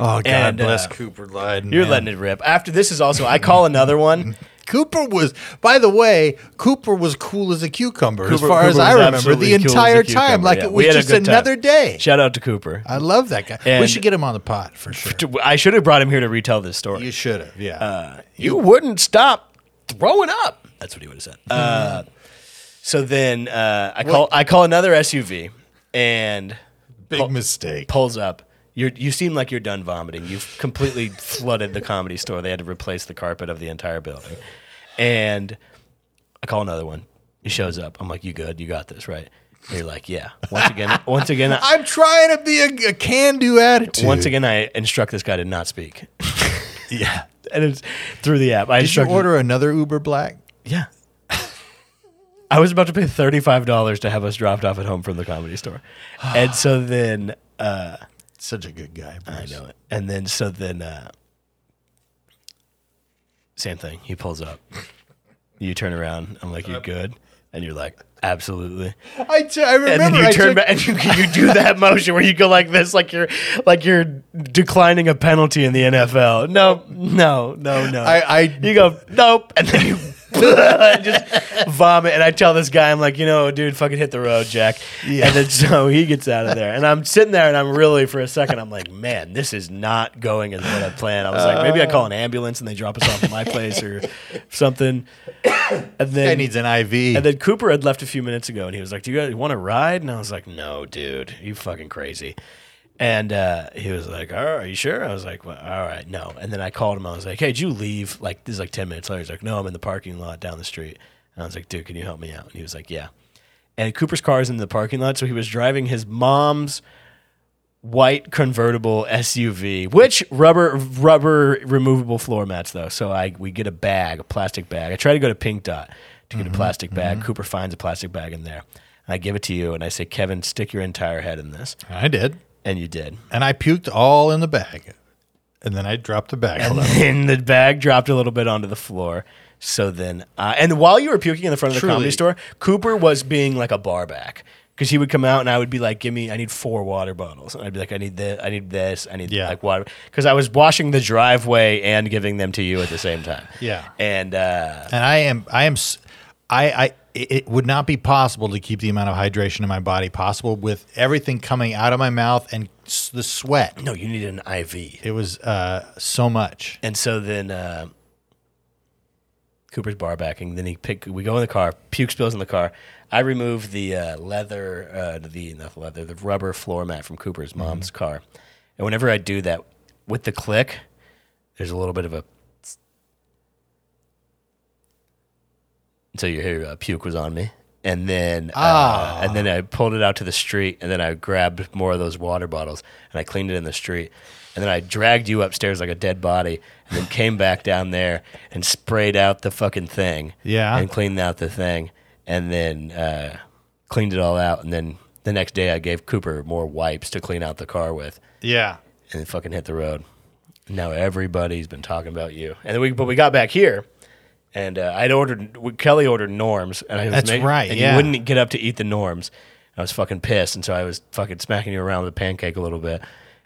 Oh God And, uh, bless Cooper Lyden. You're man. letting it rip. After this is also, I call another one. Cooper was, by the way, Cooper was cool as a cucumber as Cooper- far Cooper as was I remember absolutely the cool as a entire cucumber, time. Like yeah. it We was had a just good time. another day. Shout out to Cooper. I love that guy. we And- should get him on the pod for sure. I should have brought him here to retell this story. You should have, yeah. you wouldn't stop throwing up. That's what he would have said. Hmm. Uh, so then uh, I call I call another SUV and Big pull- mistake. pulls up. You're, you seem like you're done vomiting. You've completely flooded the comedy store. They had to replace the carpet of the entire building. And I call another one. He shows up. I'm like, "You good? You got this, right?" And you're like, "Yeah." Once again, once again, I, I'm trying to be a, a can-do attitude. once again, I instruct this guy to not speak, yeah. and it's through the app. I Did you instruct order another Uber Black? Yeah. I was about to pay $35 to have us dropped off at home from the comedy store. And so then Such a good guy. I Bruce. know it. And then so then uh Same thing. He pulls up. You turn around. I'm like, you good? And you're like, absolutely. I, t- I remember. And then you I turn took- back and you, you do that motion where you go like this, like you're like you're declining a penalty in the NFL. No, no, no, no. I, I you go nope, and then you just vomit. And I tell this guy, I'm like, you know, dude, fucking hit the road, Jack. And then so he gets out of there, and I'm sitting there, and I'm really for a second, I'm like, man, this is not going as what I planned. I was like, maybe I call an ambulance and they drop us off at my place or something. And guy then needs an IV. and then Cooper had left a few minutes ago, and he was like, "Do you guys want to ride?" And I was like, "No, dude, you fucking crazy." And uh, he was like, "All right, "Are you sure?" I was like, well, "All right, no." And then I called him. I was like, "Hey, did you leave?" Like this is like ten minutes later. He's like, "No, I'm in the parking lot down the street." And I was like, "Dude, can you help me out?" And he was like, "Yeah." And Cooper's car is in the parking lot, so he was driving his mom's white convertible SUV, which rubber rubber removable floor mats though. So I we get a bag, a plastic bag. I try to go to Pink Dot to get a plastic bag. Cooper finds a plastic bag in there. And I give it to you and I say, Kevin, stick your entire head in this. I did, And you did. and I puked all in the bag, and then I dropped the bag. And Hold on. then the bag dropped a little bit onto the floor. So then, uh, and while you were puking in the front of the comedy Truly. store, Cooper was being like a bar back because he would come out and I would be like, "Give me, I need four water bottles," and I'd be like, "I need this, I need this, I need Yeah. like water," because I was washing the driveway and giving them to you at the same time. Yeah. and uh, And I am, I am, s- I, I, it it would not be possible to keep the amount of hydration in my body possible with everything coming out of my mouth and s- the sweat. no, you need an IV. It was uh, so much. And so then uh, Cooper's bar backing. Then he pick. We go in the car. Puke spills in the car. I remove the uh, leather, uh, the not the leather, the rubber floor mat from Cooper's mom's car. And whenever I do that with the click, there's a little bit of a. Until you hear uh, puke was on me, and then uh, and then I pulled it out to the street, and then I grabbed more of those water bottles, and I cleaned it in the street, and then I dragged you upstairs like a dead body, and then came back down there and sprayed out the fucking thing, Yeah. and cleaned out the thing, and then uh, cleaned it all out, and then the next day I gave Cooper more wipes to clean out the car with, Yeah. and then fucking hit the road. Now everybody's been talking about you. And then we, but we got back here, and uh, I'd ordered we- Kelly ordered norms, and I was That's right, And yeah. you wouldn't get up to eat the norms. I was fucking pissed, and so I was fucking smacking you around with a pancake a little bit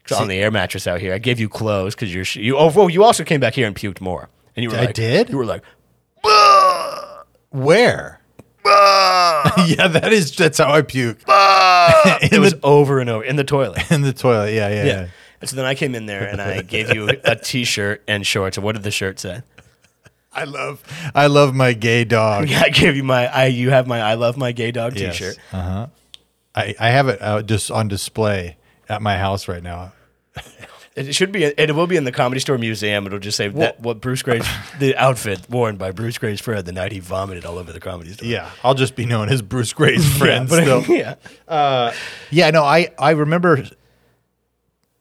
'Cause on the air mattress out here. I gave you clothes because you're sh- you. Oh, well, you also came back here and puked more, and you were I like, did? You were like, Where? yeah, that is, that's how I puke. it was over and over in the toilet. in the toilet. Yeah, yeah, yeah. Yeah. And so then I came in there and I gave you a t-shirt and shorts. And what did the shirt say? I love, I love my gay dog. Yeah, I gave you my I you have my I love my gay dog Yes. t-shirt. I, I have it uh, just on display at my house right now. It should be it will be in the comedy store museum. It'll just say that what Bruce Gray's the outfit worn by Bruce Gray's friend the night he vomited all over the comedy store. Yeah, I'll just be known as Bruce Gray's friend but still. yeah. Yeah, no, I I remember.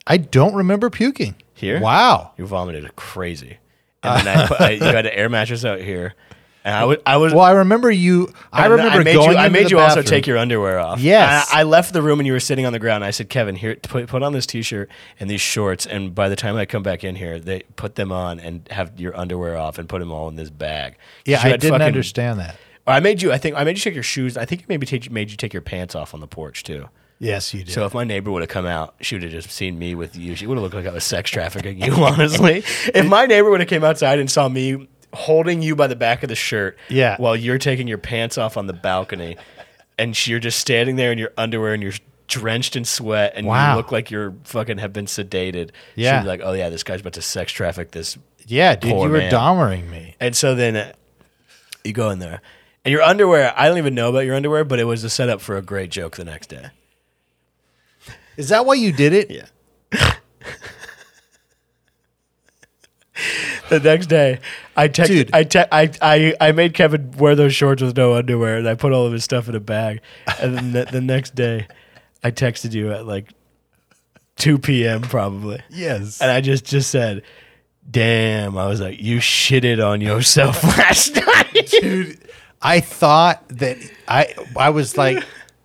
I don't remember puking Here? Wow, You vomited crazy. And then I, put, I you had an air mattress out here. And I was I was Well, I remember you. I And then remember made going. You, I into made the you also bathroom. take your underwear off. Yes. And I, I left the room and you were sitting on the ground. I said, Kevin, here, put, put on this t-shirt and these shorts. And by the time I come back in here, they put them on and have your underwear off and put them all in this bag. 'Cause Yeah, you I had didn't fucking- understand that. Or I made you. I think I made you take your shoes. I think you maybe take, made you take your pants off on the porch too. Yes, you did. So if my neighbor would have come out, she would have just seen me with you. She would have looked like I was sex trafficking you. Honestly, if my neighbor would have came outside and saw me holding you by the back of the shirt, Yeah. while you're taking your pants off on the balcony, and she- you're just standing there in your underwear and you're drenched in sweat and Wow. you look like you're fucking have been sedated, Yeah. she'd be like, "Oh yeah, this guy's about to sex traffic this yeah, dude, Poor you were man. domering me. and so then uh, you go in there, and your underwear. I don't even know about your underwear, but it was a setup for a great joke the next day. Is that why you did it? Yeah. the next day, I text, Dude. I, te- I I I made Kevin wear those shorts with no underwear, and I put all of his stuff in a bag. And then the, the next day, I texted you at like two p.m. probably. Yes. And I just just said, "Damn!" I was like, "You shitted on yourself last night." dude, I thought that I I was like,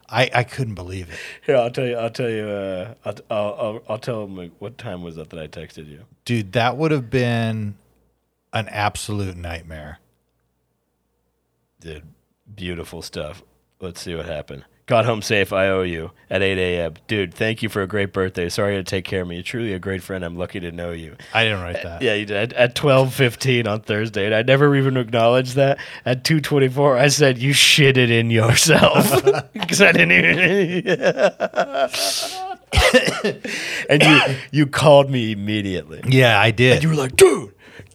I I couldn't believe it, Here, I'll tell you. I'll tell you. Uh, I'll, I'll I'll I'll tell him what time was that that I texted you. dude. That would have been an absolute nightmare. Dude, beautiful stuff. Let's see what happened. Got home safe. I owe you at 8 a.m. Dude, thank you for a great birthday. Sorry to take care of me. You're truly a great friend. I'm lucky to know you. I didn't write that. Uh, Yeah, you did. At 12:15 on Thursday, and I never even acknowledged that. At 2:24, I said you shitted in yourself because I didn't even. and you you called me immediately. Yeah, I did. You were like, dude.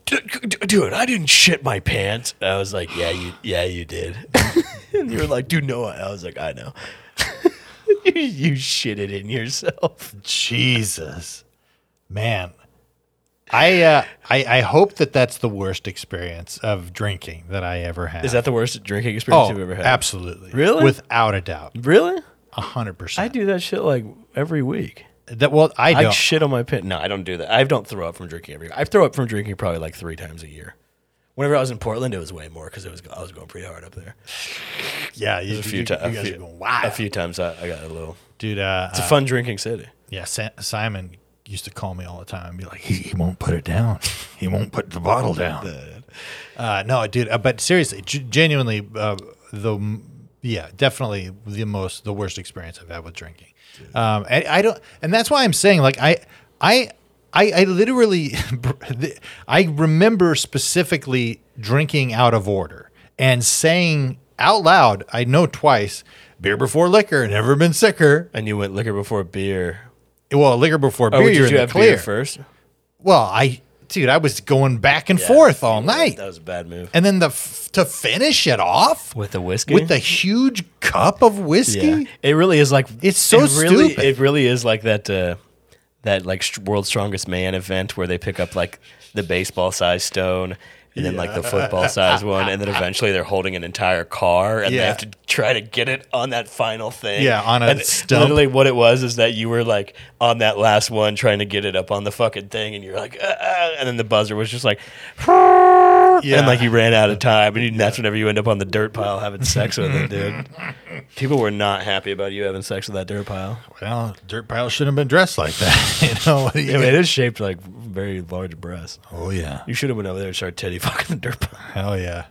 d- d- Dude, I didn't shit my pants. And I was like, "Yeah, you, yeah, you did." and you were like, "Dude, no." I was like, "I know." you, you shitted in yourself. Jesus, man. I, uh, I I hope that that's the worst experience of drinking that I ever had. Is that the worst drinking experience oh, you've ever had? absolutely, Really? without a doubt, Really? hundred I percent. do that shit like every week. That well, I I don't. shit on my pants. No, I don't do that. I don't throw up from drinking every. I throw up from drinking probably like three times a year. Whenever I was in Portland, it was way more because it was I was going pretty hard up there. yeah, you, A few you- times, you guys a, are few, going wild, a few times I, I got a little. dude. Uh, It's uh, a fun drinking city. yeah, Sa- Simon used to call me all the time and be like, "He, he won't put it down. He won't put the bottle down." Uh, no, dude. Uh, but seriously, g- genuinely, uh, the m- yeah, definitely the most the worst experience I've had with drinking. Um, and I don't, and that's why I'm saying like I, I, I, I literally, I remember specifically drinking out of order and saying out loud. I know twice. Beer before liquor, never been sicker. And you went liquor before beer. Well, liquor before beer, Oh, you're did in you the have clear. beer first? Well, I, dude, I was going back and Yeah. forth all Yeah, night, That was a bad move. and then the f- to finish it off With the whiskey. with a huge cup of whiskey. yeah. It really is like It's so it really, stupid. It really is like that. Uh, that like st- world's strongest man event where they pick up like the baseball size stone and then like the football size one and then eventually they're holding an entire car and they Yeah. have to try to get it on that final thing Yeah, on a and stump. literally what it was is that you were like on that last one trying to get it up on the fucking thing and you're like uh, uh, and then the buzzer was just like and like you ran out of time and you, that's whenever you end up on the dirt pile having sex with it dude people were not happy about you having sex with that dirt pile Well, dirt pile shouldn't have been dressed like that. you know? What do you- I mean, it is shaped like very large breasts. Oh yeah, You should have went over there and started teddy fucking the dirt pile. hell yeah.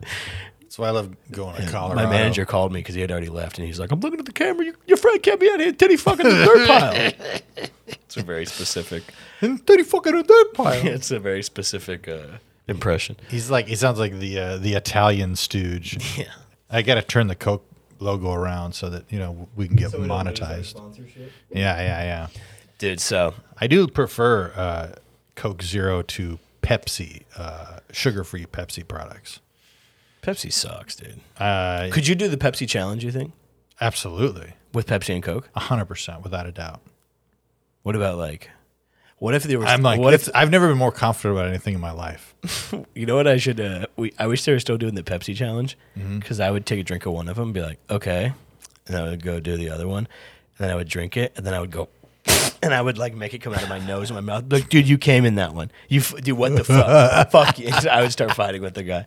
That's why I love going to Colorado. My manager called me because he had already left, and he's like, "I'm looking at the camera. Your, your friend can't be out here teddy fucking the dirt pile." it's a very specific. and thirty fucking a dirt pile. It's a very specific uh, impression. He's like, he sounds like the uh, the Italian stooge. Yeah. I got to turn the Coke logo around so that you know we can get monetized. Yeah, yeah, yeah. Dude, so I do prefer uh, Coke Zero to Pepsi, uh, sugar-free Pepsi products. Pepsi sucks, dude. Uh, Could you do the Pepsi challenge? You think absolutely, with Pepsi and Coke? hundred percent, without a doubt. What about like? What if there was? I'm like, what if it's- I've never been more confident about anything in my life. You know what I should? Uh, we I wish they were still doing the Pepsi challenge Mm-hmm. because I would take a drink of one of them, and be like, okay, and I would go do the other one, and then I would drink it, and then I would go, and I would like make it come out of my nose and my mouth. Like, dude, you came in that one. You f- dude, what the fuck? fuck you! I would start fighting with the guy,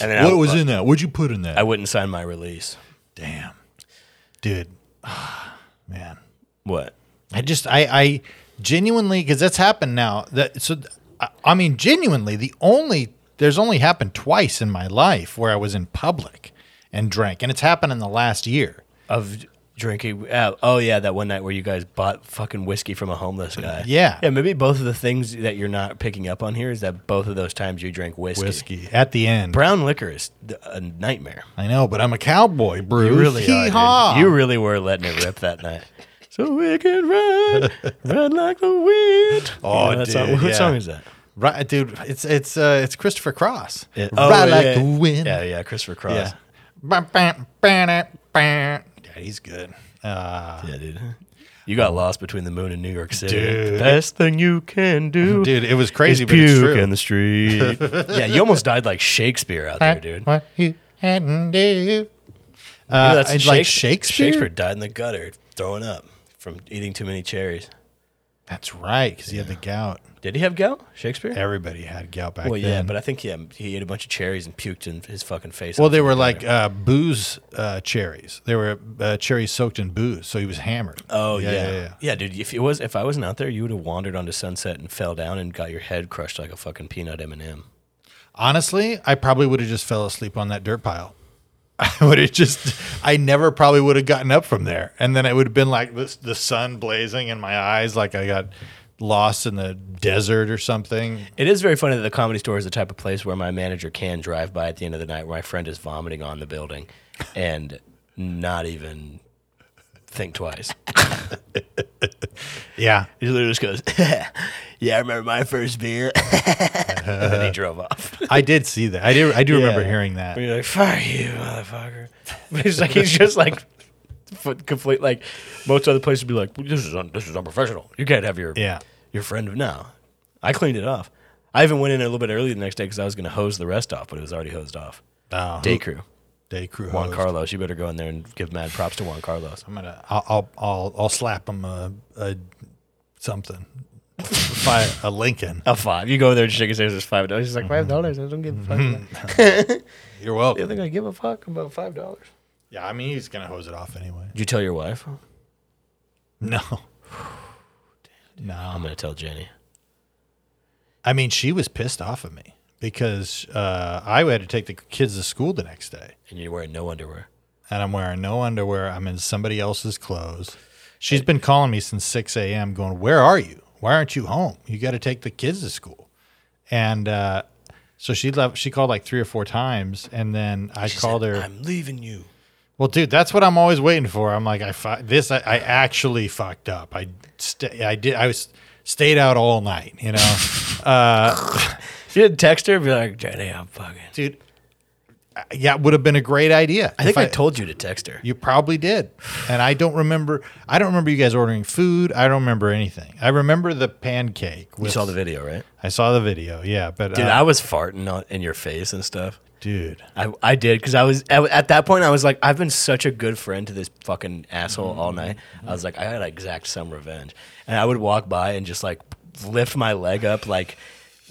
and then I, What would- was in that? What'd you put in that? I wouldn't sign my release. Damn, dude, man. What? I just, I, I genuinely, because that's happened now. That so, I, I mean, genuinely, the only there's only happened twice in my life where I was in public and drank, and it's happened in the last year. of drinking. Uh, oh yeah, that one night where you guys bought fucking whiskey from a homeless guy. Yeah. yeah. Maybe both of the things that you're not picking up on here is that both of those times you drank whiskey. Whiskey at the end. Brown liquor is th- a nightmare. I know, but I'm a cowboy, Bruce. You really are. Hee-haw. dude. You really were letting it rip that night. So we can run, run like the wind. Oh, that song- dude, what yeah. song is that? right, dude. It's it's uh, it's Christopher Cross. Yeah. Right Oh, like yeah. the wind. Yeah, yeah, Christopher Cross. Yeah. Bam, bam, bam, bam. Yeah, he's good. Uh, Yeah, dude. You got lost between the moon and New York City. Dude. Best thing you can do. dude, it was crazy, It's but it's puke true. in the street. yeah, you almost died like Shakespeare out there, dude. What you hadn't do. You Uh, know, it's like Shakespeare. Shakespeare died in the gutter, throwing up from eating too many cherries. That's right, because he had the gout. Did he have gout, Shakespeare? Everybody had gout back well, then. yeah, but I think he, had, he ate a bunch of cherries and puked in his fucking face. well, off they in the were gutter. like uh, booze uh, cherries. They were uh, cherries soaked in booze, so he was hammered. Oh yeah. yeah, Yeah, yeah. dude. If it was, if I wasn't out there, you would have wandered onto Sunset and fell down and got your head crushed like a fucking peanut M and m Honestly, I probably would have just fell asleep on that dirt pile. I would have just, I never probably would have gotten up from there. And then it would have been like this, the sun blazing in my eyes, like I got lost in the desert or something. It is very funny that the comedy store is the type of place where my manager can drive by at the end of the night where my friend is vomiting on the building and not even think twice. Yeah. He literally just goes, Yeah, I remember my first beer. and then he drove off. I did see that. I do, I do remember hearing that. And you're like, Fire you, motherfucker. But he's like, he's just like, foot complete, like, most other places would be like, This is, un- this is unprofessional. You can't have your, Yeah. your friend of now. I cleaned it off. I even went in a little bit early the next day because I was going to hose the rest off, but it was already hosed off. Oh, Day crew. day crew. Juan host. Carlos, you better go in there and give mad props to Juan Carlos. I'm gonna. I'll. I'll. I'll, I'll slap him a, a something. Fire a Lincoln. A Oh, five. You go there and shake his hands. It's five dollars. He's like five dollars. I don't give a fuck. You're I welcome. think I give a fuck about five dollars. Yeah, I mean he's gonna hose it off anyway. Did you tell your wife? No. I'm No. gonna tell Jenny. I mean she was pissed off at me because uh, I had to take the kids to school the next day, And you're wearing no underwear. and I'm wearing no underwear. I'm in somebody else's clothes. She's been calling me since 6 a.m. Going, where are you? Why aren't you home? You got to take the kids to school. And uh, so she left. She called like three or four times, and then I called her. I'm leaving you. Well, dude, that's what I'm always waiting for. I'm like, I fu- this, I, I actually fucked up. I sta I did, I was stayed out all night. You know, If you didn't text her, be like, Jenny, I'm fucking. dude. I- Yeah, it would have been a great idea. I think If I, told you to text her. you probably did, and I don't remember. I don't remember you guys ordering food. I don't remember anything. I remember the pancake. You with- saw the video, right? I saw the video. Yeah, but Dude, uh, I was farting on, in your face and stuff. dude, I, I did because I was I w- at that point I was like I've been such a good friend to this fucking asshole all night. I was like I gotta exact some revenge, and I would walk by and just like lift my leg up like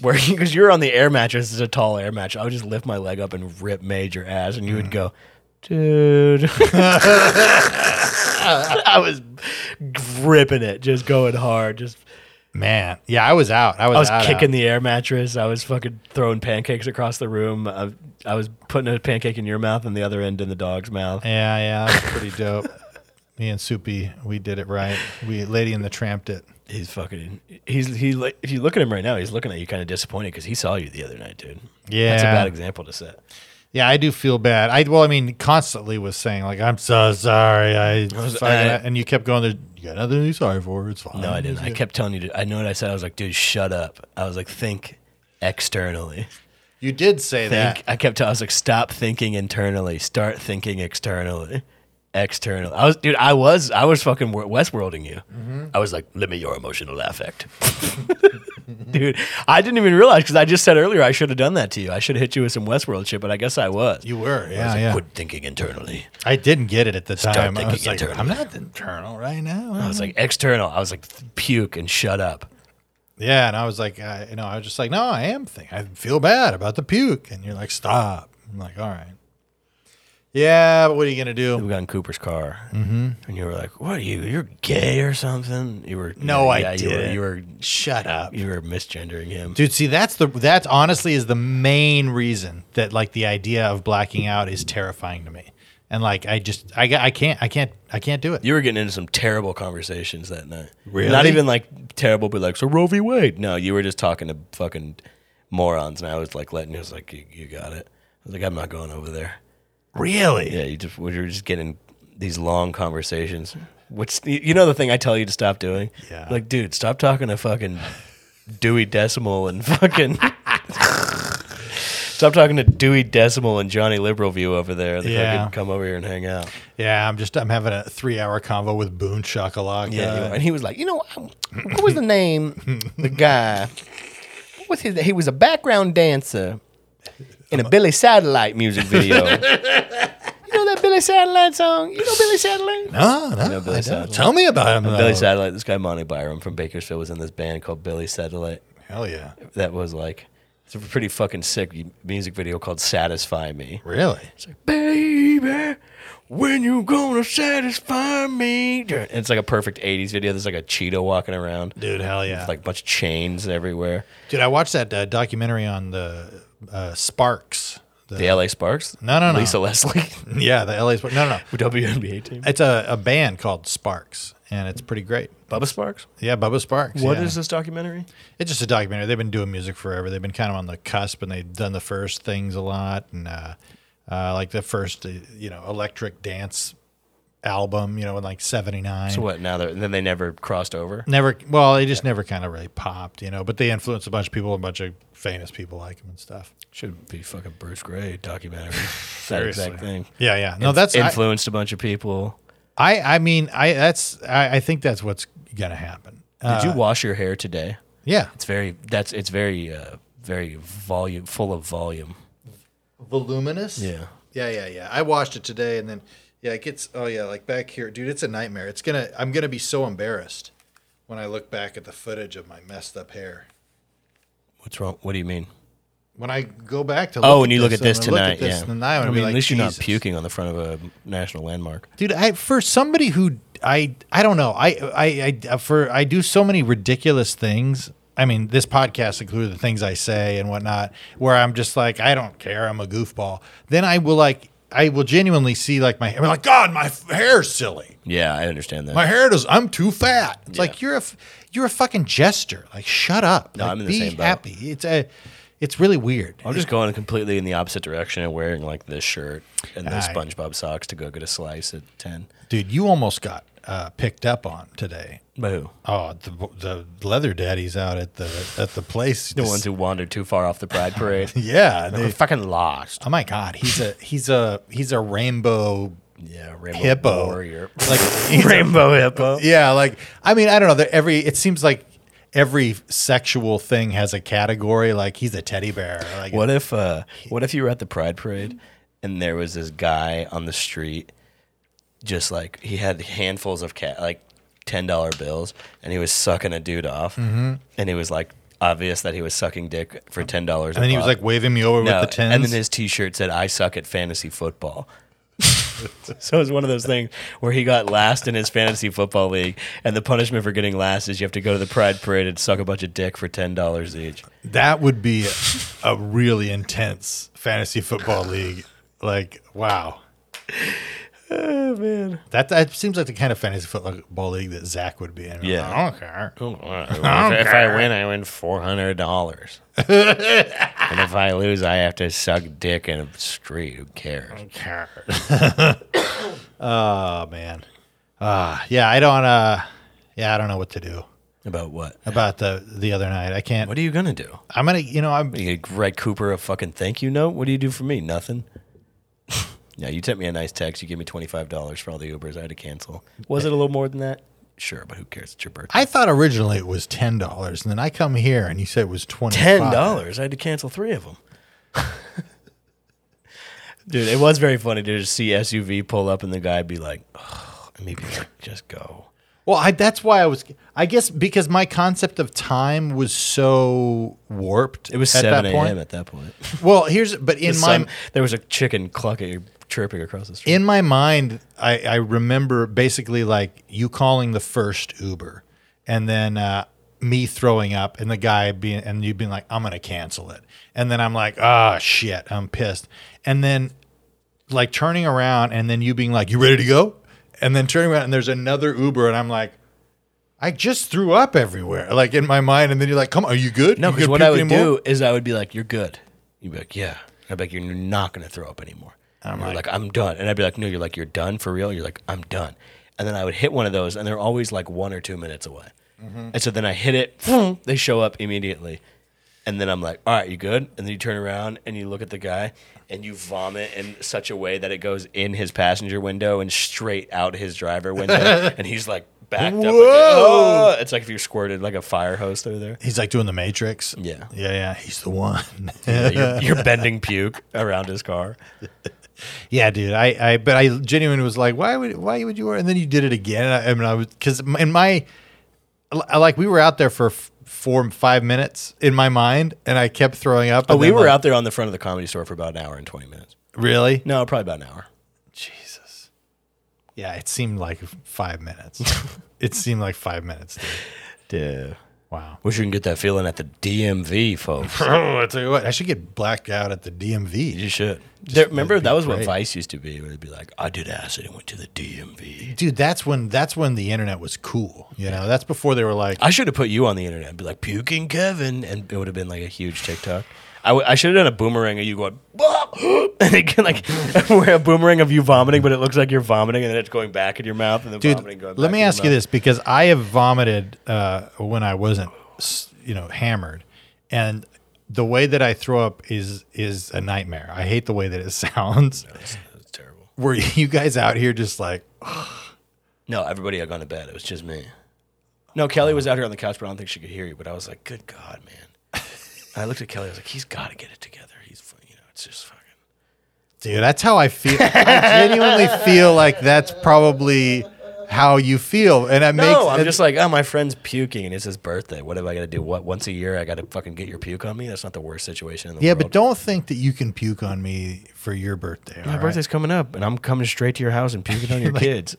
where because you're on the air mattress, it's a tall air mattress. I would just lift my leg up and rip major ass, and you would go, dude. I was ripping it, just going hard, just man, yeah, I was out. I was, I was out, kicking out. the air mattress. I was fucking throwing pancakes across the room. I, I was putting a pancake in your mouth and the other end in the dog's mouth. Yeah, yeah, that was pretty dope. Me and Soupy, we did it right. We Lady and the Tramped it. He's fucking. He's he. like- If you look at him right now, he's looking at you kind of disappointed because he saw you the other night, dude. that's a Yeah. bad example to set. Yeah, I do feel bad. I well, I mean, constantly was saying like, "I'm so sorry," I, was- fucking- I- and you kept going there. You got nothing to be sorry for. It's fine. No, I didn't. I kept telling you. To, I know what I said. I was like, dude, shut up. I was like, think externally. You did say Think. that. I kept. telling I was like, stop thinking internally. Start thinking externally. External. I was, dude. I was. I was fucking wor- Westworlding you. Mm-hmm. I was like, limit your emotional affect. Dude, I didn't even realize because I just said earlier I should have done that to you. I should have hit you with some Westworld shit, but I guess I was. You were. I was Yeah, like, yeah. quit thinking internally. I didn't get it at the time. I thinking was like, internally. I'm not internal right now. I was like, external. I was like, puke and shut up. yeah, and I was like, I, you know, I was just like, no, I am thinking. I feel bad about the puke, and you're like, stop. I'm like, all right. Yeah, but what are you gonna do? We got in Cooper's car, mm-hmm. and you were like, "What are you? You're gay or something?" You were No, I yeah, didn't. You were, you were Shut up. you were misgendering him. Dude, see that's the that honestly is the main reason that like the idea of blacking out is terrifying to me. And like I just I, I can't I can't I can't do it. You were getting into some terrible conversations that night. Really? Not even like terrible, but like so Roe v. Wade. No, you were just talking to fucking morons, and I was like letting. you was like, you, you got it. I was like, I'm not going over there. Really? Yeah, you just we were just getting these long conversations. Which you you know the thing I tell you to stop doing. Yeah. Like, dude, stop talking to fucking Dewey Decimal and fucking. Stop talking to Dewey Decimal and Johnny Liberalview over there. They Yeah. fucking come over here and hang out. Yeah, I'm just I'm having a three hour convo with Boone Shakalaka. Yeah, you are. and he was like, you know, I- what was the name? the guy. What was his? He was a background dancer in a Billy Satellite music video. you know that Billy Satellite song? You know Billy Satellite? No, Oh, no, know Billy I don't. Satellite. Tell me about him. Though. Billy Satellite. This guy Monty Byram from Bakersfield was in this band called Billy Satellite. Hell yeah. That was like it's a pretty fucking sick music video called "Satisfy Me." Really? It's like, baby, when you gonna satisfy me? And it's like a perfect '80s video. There's like a cheetah walking around. Dude, hell yeah. It's like a bunch of chains everywhere. Dude, I watched that uh, documentary on the uh, Sparks. The- The LA Sparks? No, no, no. Lisa Leslie, yeah, the LA Sparks. No, no, no. WNBA team. It's a, a band called Sparks, and it's pretty great. Bubba Sparks? Yeah, Bubba Sparks. What is yeah. this documentary? It's just a documentary. They've been doing music forever. They've been kind of on the cusp, and they've done the first things a lot, and uh, uh, like the first, uh, you know, electric dance album, you know, in like '79. So what now? They're, and then they never crossed over. Never, well, they just never kind of really popped, you know. But they influenced a bunch of people, a bunch of famous people like him and stuff. Should be fucking Bruce Gray documentary. that Seriously. exact thing. Yeah, yeah. No, that's I, influenced a bunch of people. I. I mean, I that's I, I think that's what's gonna happen. Uh, Did you wash your hair today? yeah, It's very that's it's very uh, very volume full of volume. voluminous. Yeah. Yeah, yeah, yeah. I washed it today, and then yeah, it gets. Oh yeah, like back here, dude. It's a nightmare. It's gonna. I'm gonna be so embarrassed when I look back at the footage of my messed up hair. What's wrong? What do you mean? When I go back to Oh, and you look at this and I tonight. yeah. and I, I mean, at least you're not puking. puking on the front of a national landmark. dude i for somebody who i i don't know i i i for i do so many ridiculous things i mean this podcast included the things i say and whatnot where i'm just like i don't care i'm a goofball then i will like i will genuinely see like my i'm like god my f- hair's silly Yeah, I understand that. my hair does i'm too fat it's like you're a f- you're a fucking jester like shut up No, Like, I'm in the be same boat. happy it's a it's really weird I'm just going completely in the opposite direction and wearing like this shirt and those Aye. SpongeBob socks to go get a slice at ten. dude you almost got uh, picked up on today Boo. Oh, the, the leather daddies out at the at the place. The ones who wandered too far off the Pride Parade. yeah. We're They, fucking lost. oh my God, he's a he's a he's a rainbow Yeah, Rainbow hippo. Warrior. Like Rainbow Hippo. yeah, like I mean, I don't know. they're Every it seems like every sexual thing has a category. Like he's a teddy bear. Like What if uh what if you were at the Pride Parade and there was this guy on the street just like he had handfuls of cat like ten dollar bills and he was sucking a dude off Mm-hmm. and it was like obvious that he was sucking dick for ten dollars. And then he was like waving me over with the tens. And then his t shirt said, I suck at fantasy football. so it was one of those things where he got last in his fantasy football league, and the punishment for getting last is you have to go to the Pride Parade and suck a bunch of dick for ten dollars each. that would be a really intense fantasy football league. Like wow. Oh man. That, that seems like the kind of fantasy football league that Zach would be in. Yeah. I don't care. if, if I win, I win four hundred dollars, and if I lose, I have to suck dick in a street. Who cares? Oh man. Ah, yeah, I don't uh yeah, I don't know what to do About what? about the the other night. I can't What are you gonna do? I'm gonna you know, I'm You gonna write Cooper a fucking thank you note? What do you do for me? Nothing. yeah, you sent me a nice text. You gave me twenty five dollars for all the Ubers. I had to cancel. Was it a little more than that? Sure, but who cares? It's your birthday. I thought originally it was ten dollars and then I come here and you said it was twenty Ten dollars. I had to cancel three of them. dude, it was very funny to just see SUV pull up and the guy be like, oh, and me be like, just go. Well, I that's why I was I guess because my concept of time was so warped. It was at seven that a.m. point. at that point. Well, here's but in my Some- there was a chicken clucking, chirping across the street. in my mind, I, I remember basically like you calling the first Uber and then uh, me throwing up and the guy being, and you being like, I'm going to cancel it. And then I'm like, ah, shit, I'm pissed. And then like turning around and then you being like, you ready to go? And then turning around and there's another Uber and I'm like, I just threw up everywhere, like in my mind. And then you're like, come on, are you good? no, You because good what I puke would anymore?" do is I would be like, "You're good." You'd be like, "Yeah." I'd be like, "You're not going to throw up anymore." I'm like, "I'm done," and I'd be like, "No, you're like, you're done for real." You're like, "I'm done," and then I would hit one of those, and they're always like one or two minutes away. Mm-hmm. And so then I hit it, they show up immediately, and then I'm like, "All right, you good?" And then you turn around and you look at the guy, and you vomit in such a way that it goes in his passenger window and straight out his driver window, and he's like backed up. Like, Whoa! "Oh!" It's like if you squirted like a fire hose through there. He's like doing the Matrix. Yeah. Yeah, yeah. He's the one. Yeah, you're, you're bending puke around his car. Yeah, dude. I, I, but I genuinely was like, why would, why would you? wear- And then you did it again. I, I mean, I was because in my, I like we were out there for f- four, five minutes in my mind, and I kept throwing up. But we were out there on the front of the comedy store for about an hour and 20 minutes. really. No, probably about an hour. Jesus. Yeah, it seemed like five minutes. it seemed like five minutes. Dude. Yeah. Wow. Wish you can get that feeling at the DMV, folks. Oh, I tell you what, I should get blacked out at the DMV. You should. There- remember that was what Vice used to be, where it'd be like, "I did acid and went to the DMV." Dude, that's when that's when the internet was cool. You know, that's before they were like, I should have put you on the internet and be like, "Puking Kevin," and it would have been like a huge TikTok. I, w- I should have done a boomerang of you going, and again, like a boomerang of you vomiting, but it looks like you're vomiting, and then it's going back in your mouth, and then dude. vomiting going. Let back me in your ask you mouth. this because I have vomited uh, when I wasn't, s- you know, hammered, and the way that I throw up is is a nightmare. I hate the way that it sounds. That's terrible. Were you guys out here just like No, everybody had gone to bed. It was just me. No, Kelly was out here on the couch, but I don't think she could hear you. But I was like, "Good God, man!" And I looked at Kelly. I was like, "He's got to get it together. He's, fu- you know, it's just fucking." Dude, that's how I feel. I genuinely feel like that's probably how you feel, and it makes. No, I'm it- just like, oh, my friend's puking, and it's his birthday. What am I gonna do? What once a year I gotta fucking get your puke on me? That's not the worst situation in the yeah, world. but don't think that you can puke on me for your birthday. My all right? birthday's coming up, and I'm coming straight to your house and puking on your kids.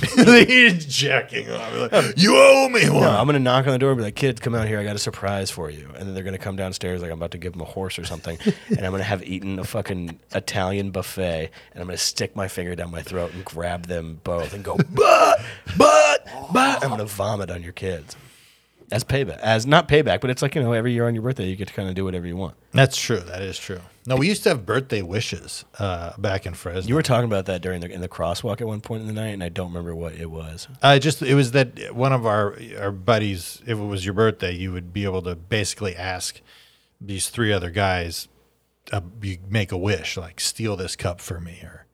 He's jacking off. Like, you owe me one. No, I'm gonna knock on the door and be like, "Kids, come out here. I got a surprise for you." And then they're gonna come downstairs like I'm about to give them a horse or something, and I'm gonna have eaten a fucking Italian buffet, and I'm gonna stick my finger down my throat and grab them both and go, "But, but, but," I'm gonna vomit on your kids. As payback, as not payback, but it's like you know, every year on your birthday, you get to kind of do whatever you want. That's true. That is true. No, we used to have birthday wishes uh, back in Fresno. You were talking about that during the in the crosswalk at one point in the night, and I don't remember what it was. Uh, just it was that one of our our buddies, if it was your birthday, you would be able to basically ask these three other guys, uh, you make a wish, like steal this cup for me, or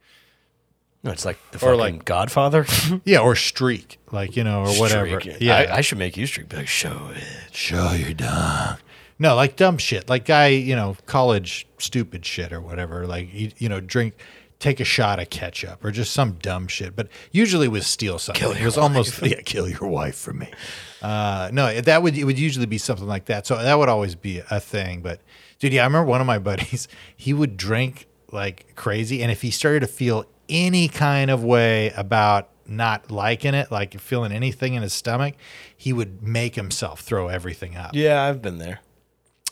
No, it's like the Or, fucking like- Godfather, yeah, or streak, like you know, or whatever. Mm-hmm. Streak. Yeah, I, I should make you streak. Be like, show it, show your dog. no, like dumb shit, like guy, you know, college stupid shit or whatever. Like you, you know, drink, take a shot of ketchup or just some dumb shit. But usually it was steal something. Kill it your was almost yeah, kill your wife for me. Uh, no, that would it would usually be something like that. So that would always be a thing. But dude, yeah, I remember one of my buddies. He would drink like crazy, and if he started to feel any kind of way about not liking it, like feeling anything in his stomach, he would make himself throw everything up. Yeah, I've been there.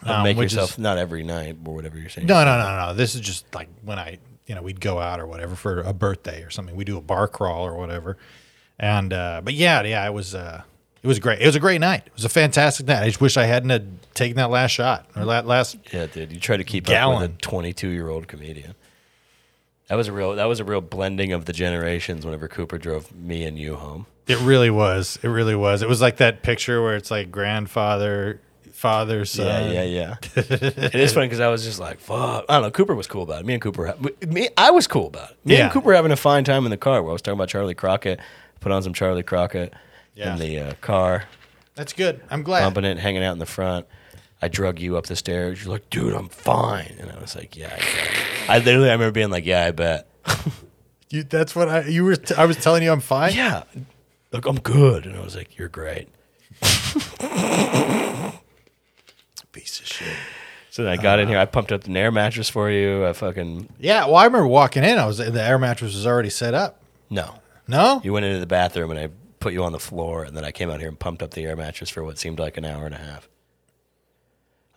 Don't Um, make which is- yourself not every night or whatever you're saying. No, no, no, no. This is just like when I, you know, we'd go out or whatever for a birthday or something. We do a bar crawl or whatever. And uh, but yeah, yeah, it was uh, it was great. It was a great night. It was a fantastic night. I just wish I hadn't had taken that last shot or that last. Yeah, dude, you try to keep up with Gallon. a 22 year old comedian. That was a real. That was a real blending of the generations. Whenever Cooper drove me and you home, It really was. It really was. It was like that picture where it's like grandfather, father, son. Yeah, yeah, yeah. Uh, it is funny because I was just like, fuck. I don't know. Cooper was cool about it. Me and Cooper, me, I was cool about it. Me Yeah. and Cooper were having a fine time in the car. Where I was talking about Charlie Crockett, put on some Charlie Crockett Yeah. in the uh, car, That's good. I'm glad. bumping it, hanging out in the front. I drug you up the stairs. You're like, dude, I'm fine. And I was like, yeah. I, bet." I literally, I remember being like, yeah, I bet. You, that's what I you were. T- I was telling you I'm fine. yeah, like I'm good. And I was like, you're great. Piece of shit. Uh-huh. So then I got in here. I pumped up an air mattress for you. I fucking Yeah. Well, I remember walking in. I was the air mattress was already set up. no. No. You went into the bathroom and I put you on the floor, and then I came out here and pumped up the air mattress for what seemed like an hour and a half.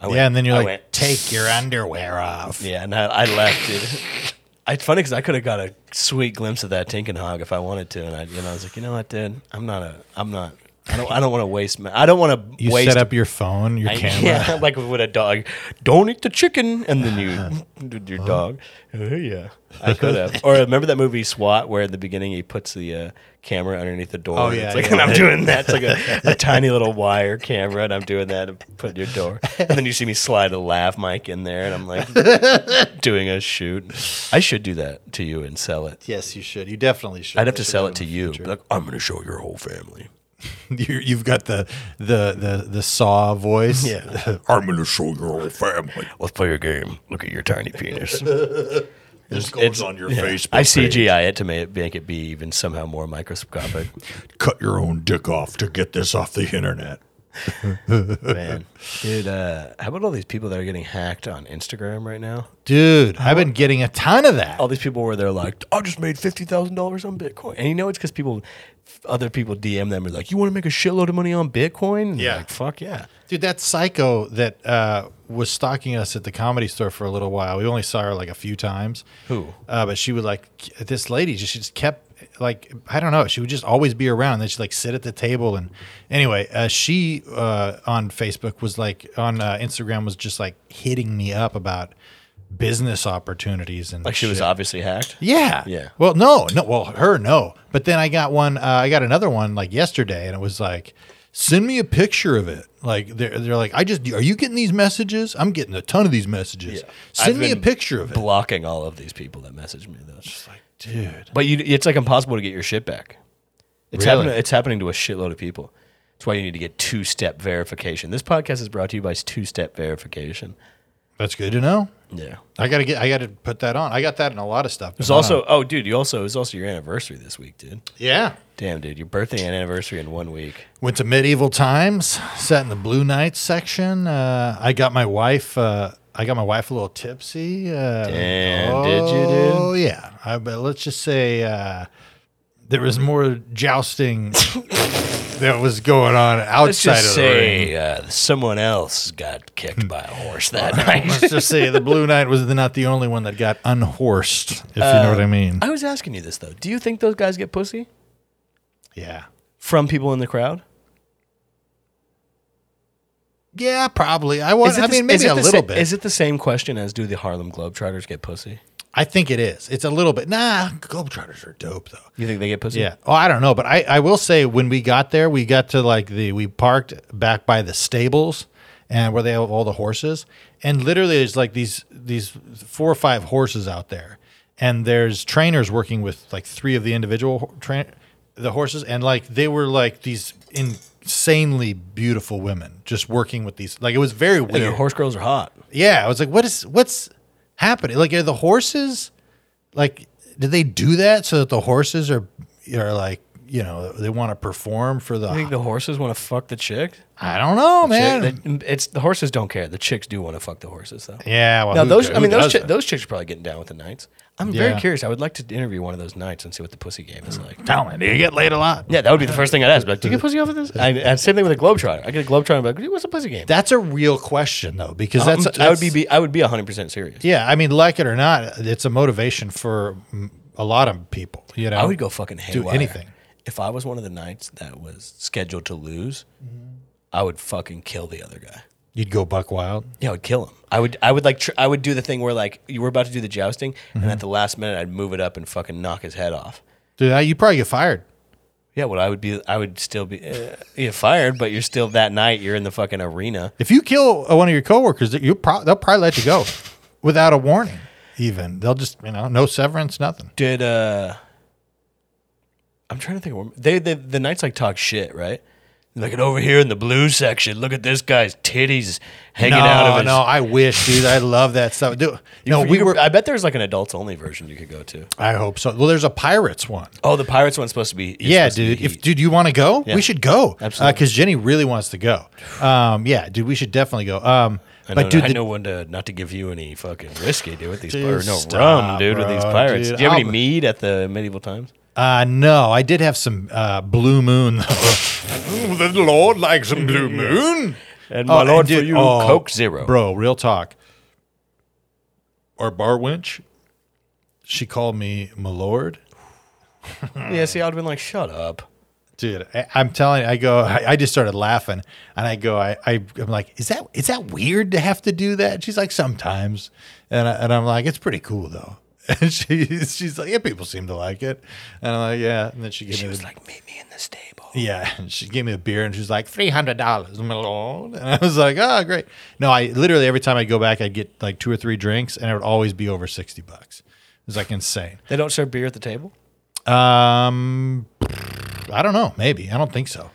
I went- yeah, and then you're I like, went, take your underwear off. yeah, and I, I left, dude. It's funny because I could have got a sweet glimpse of that Tinken Hog if I wanted to, and I, you know, I was like, you know what, dude, I'm not a, I'm not, I don't, I don't want to waste, my, I don't want to You waste. set up your phone, your camera. Yeah, like with a dog. Don't eat the chicken, and then you did your dog. Oh, yeah, I could have. or remember that movie SWAT, where at the beginning he puts the uh, camera underneath the door. Oh, and yeah, it's like, yeah. and I'm doing that. It's like a, a tiny little wire camera, and I'm doing that to put your door. And then you see me slide a lav mic in there, and I'm like doing a shoot. I should do that to you and sell it. Yes, you should. You definitely should. I'd have to That should sell it be in to the you. future. Be Like I'm going to show your whole family. You- You've got the the the the saw voice. Yeah. I'm gonna show your whole family. Let's play your game. Look at your tiny penis. This It's- yeah. I page. CGI it to make, make it be even somehow more microscopic. Cut your own dick off to get this off the internet. Man, dude, uh, how about all these people that are getting hacked on Instagram right now? Dude, I've been getting a ton of that. All these people where they're like, "I just made fifty thousand dollars on Bitcoin," and you know it's because people, other people DM them and like, "You want to make a shitload of money on Bitcoin?" And they're Yeah. like, fuck yeah. Dude, that psycho that uh, was stalking us at the comedy store for a little while. We only saw her like a few times. Who? Uh, but she would like this lady. Just she just kept like I don't know. She would just always be around. then she'd like sit at the table and anyway, uh, she uh, on Facebook was like on uh, Instagram was just like hitting me up about business opportunities and Like she was shit. obviously hacked. Yeah. Yeah. Well, no, no. Well, her no. But then I got one. Uh, I got another one like yesterday, and it was like, send me a picture of it. Like they're they're like, I just are you getting these messages? I'm getting a ton of these messages. Send I've me a been picture of it, Blocking all of these people that message me though. It's just like, dude. But you, it's like impossible to get your shit back. It's Really? happening. It's happening to a shitload of people. That's why you need to get two-step verification. This podcast is brought to you by two-step verification. That's good to know. Yeah. I gotta get. I gotta put that on. I got that in a lot of stuff. It's also oh, dude. You also it's also your anniversary this week, dude. yeah. Damn, dude, your birthday and anniversary in one week. Went to medieval times. Sat in the blue knight section. Uh, I got my wife. Uh, I got my wife a little tipsy. Uh, Damn, did you, dude? Oh yeah. I, but let's just say uh, there was more jousting that was going on Let's outside just of the ring. say uh, someone else got kicked by a horse that night. Let's just say the blue knight was not the only one that got unhorsed, if you know what I Um, mean. I was asking you this though. Do you think those guys get pussy Yeah. from people in the crowd? Yeah, probably. I was. I mean, maybe a little bit. Is it the same question as do the Harlem Globetrotters get pussy? I think it is. It's a little bit. Nah, Globetrotters are dope though. You think they get pussy? Yeah. Oh, I don't know, but I, I will say when we got there, we got to like the we parked back by the stables and where they have all the horses. And literally there's like these these four or five horses out there. And there's trainers working with like three of the individual ho- tra- the horses and like they were like these insanely beautiful women just working with these like it was very And the weird. horse girls are hot. Yeah, I was like, what is what's happening? Like, are the horses like? Did they do that so that the horses are are like you know they want to perform for the? You think the horses want to fuck the chick? I don't know, man. Chick- they- It's the horses don't care. The chicks do want to fuck the horses though. yeah, well, Now who those, do- I who mean, those does chi- that? those chicks are probably getting down with the knights. I'm Yeah. very curious. I would like to interview one of those knights and see what the pussy game is like. Tell me, do you get laid a lot? Yeah, that would be the first thing I'd ask. Like, do you get pussy off of this? I, and same thing with a globetrotter. I get a globetrotter. and be like, what's a pussy game? That's a real question though, because that's, I'm- I would that's- be, be I would be 100 percent serious. Yeah, I mean, like it or not, it's a motivation for mm, a lot of people. You know, I would go fucking haywire. anything. If I was one of the knights that was scheduled to lose, Mm-hmm. I would fucking kill the other guy. You'd go buck wild. Yeah, I would kill him. I would, I would like, tr- I would do the thing where like you were about to do the jousting, and at the last minute, I'd move it up and fucking knock his head off. Dude, I, you probably get fired. Yeah, well, I would be, I would still be uh, you're fired, but you're still that night. You're in the fucking arena. If you kill uh, one of your coworkers, you pro- they'll probably let you go without a warning. Even they'll just you know no severance, nothing. Did uh, I'm trying to think. Of, they, they the knights like talk shit, right? Like over here in the blue section, look at this guy's titties hanging out of his. no, I wish, dude. I love that stuff. Dude, no, You we could- were. I bet there's like an adults only version you could go to. I hope so. Well, there's a pirates one. Oh, the pirates one's supposed to be. is Yeah, supposed to be dude. If heat. dude, you want to go? Yeah. We should go. Absolutely. Because Jenny really wants to go. Um, yeah, dude, we should definitely go. Um, I know, but dude, I the- know when to not to give you any fucking whiskey, dude. With these Dude, or no rum, stop, dude. with these bro, pirates, dude. do you have any I'll- mead at the medieval times? Uh, no, I did have some uh, blue moon. Ooh, the Lord likes some blue moon. And my lord, for you, oh, Coke Zero. Bro, real talk. Our bar wench, she called me my lord. Yeah, see, I'd have been like, shut up. Dude, I, I'm telling you, I go, I, I just started laughing and I go, I, I, I'm like, is that, is that weird to have to do that? And she's like, sometimes. And, I, and I'm like, it's pretty cool though. And she, she's like, yeah, people seem to like it. And I'm like, yeah. And then she gave She me was the, like, "Oh." meet me in the stable. Yeah, and she gave me a beer and she was like three hundred dollars, my lord. And I was like, oh, great. No, I literally every time I go back, I'd get like two or three drinks, and it would always be over sixty bucks. It was like insane. They don't serve beer at the table. Um, I don't know. Maybe I don't think so.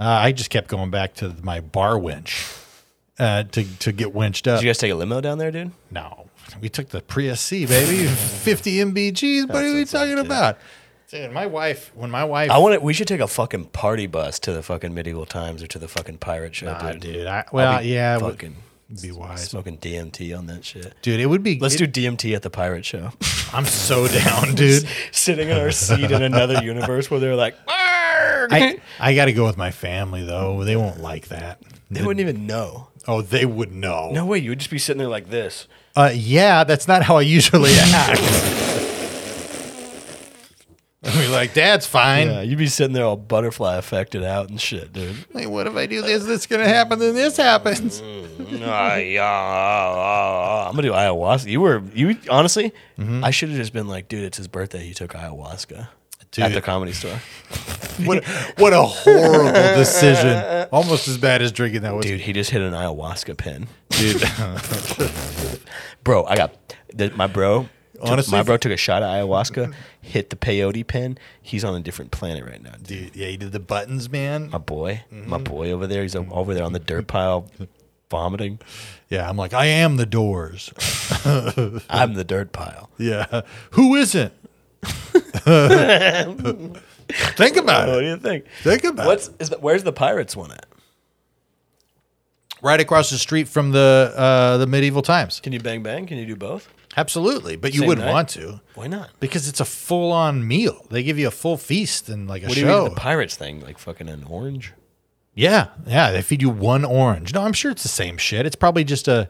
Uh, I just kept going back to my bar winch uh, to to get winched up. Did you guys take a limo down there, dude? no, we took the Prius C, baby, fifty MBGs. What are we talking about? Dude, my wife, when my wife, I want to. We should take a fucking party bus to the fucking medieval times or to the fucking pirate show, Ah, dude. dude, I, well, be yeah, it would Fucking be wise, smoking DMT on that shit. dude. It would be. Let's it- do DMT at the pirate show. I'm so down, dude. Sitting in our seat in another universe where they're like, "Arg!" I, I got to go with my family though. They won't like that. they wouldn't even know. Oh, they would know. No way. You would just be sitting there like this. Uh, yeah, that's not how I usually act. I mean, like, Dad's fine. Yeah, you'd be sitting there all butterfly affected out and shit, dude. Wait, what if I do this? This gonna happen. Then this happens. Ah, yeah, ah, ah, ah. I'm gonna do ayahuasca. You were you honestly? I should have just been like, dude, it's his birthday. He took ayahuasca at Dude. the comedy store. What? What a horrible decision. Almost as bad as drinking that was. Dude, he just hit an ayahuasca pin. dude. Bro, I got the, my bro. took- Honestly, my bro took a shot of ayahuasca, hit the peyote pin. He's on a different planet right now. Dude. Dude, yeah, he did the buttons, man. My boy, my boy over there. He's o- over there on the dirt pile, vomiting. Yeah, I'm like, I am the doors. I'm the dirt pile. Yeah, who isn't? Think about Oh, What it. do you think? Think about it. What's is the, where's the pirates one at? Right across the street from the uh, the medieval times. Can you bang bang? Can you do both? Absolutely, but you Same wouldn't night? want to. Why not? Because it's a full on meal. They give you a full feast and like a What do you mean show. the pirates thing? Like fucking an orange? yeah, yeah. They feed you one orange. No, I'm sure it's the same shit. It's probably just a,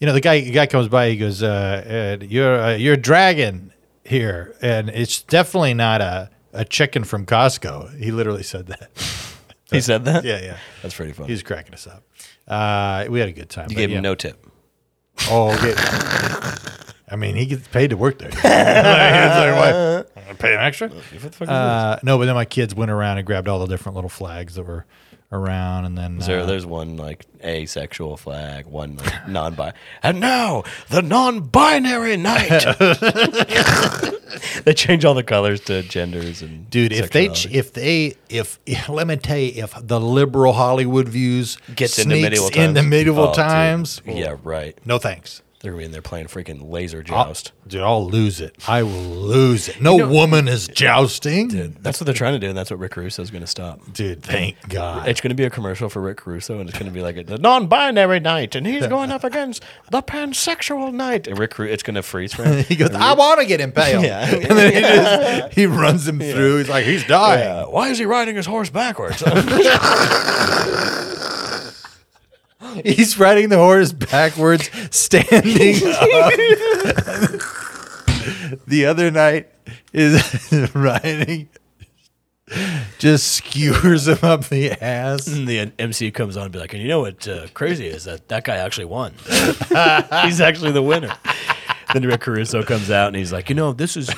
you know, the guy the guy comes by. He goes, uh, Ed, "You're uh, you're a dragon here," and it's definitely not a a chicken from Costco. He literally said that. He said that. Yeah, yeah. that's pretty funny. He's cracking us up. Uh, we had a good time. you but gave yeah. him no tip. Oh, okay. I mean, he gets paid to work there. Like, it's like, what? Pay him extra. What the fuck Uh, no, but then my kids went around and grabbed all the different little flags that were around, and then There, uh, there's one like asexual flag, one like non-bi, and now the non-binary night. they change all the colors to genders and dude, if they ch- sexuality. if they if, let me tell you, if the liberal Hollywood views gets into sneaks medieval times, into medieval Oh, dude. times, yeah, right. no thanks, They're gonna be in there playing freaking laser I'll- joust. dude, I'll lose it. I will lose it. No woman is jousting, dude. That's what they're trying to do, and that's what Rick Caruso's gonna stop. thank God. It's going to be a commercial for Rick Caruso, and it's going to be like the non-binary night, and he's going up against the pansexual night. And Rick, Caru- it's going to freeze frame. He goes, I want to get impaled. Yeah. And then he just he runs him through. He's like, he's dying. Uh, why is he riding his horse backwards? He's riding the horse backwards, standing up. the other knight is riding, just skewers him up the ass. and the MC comes on and be like, and you know what uh, crazy is that that guy actually won. he's actually the winner. then Rick Caruso comes out and he's like, you know, this is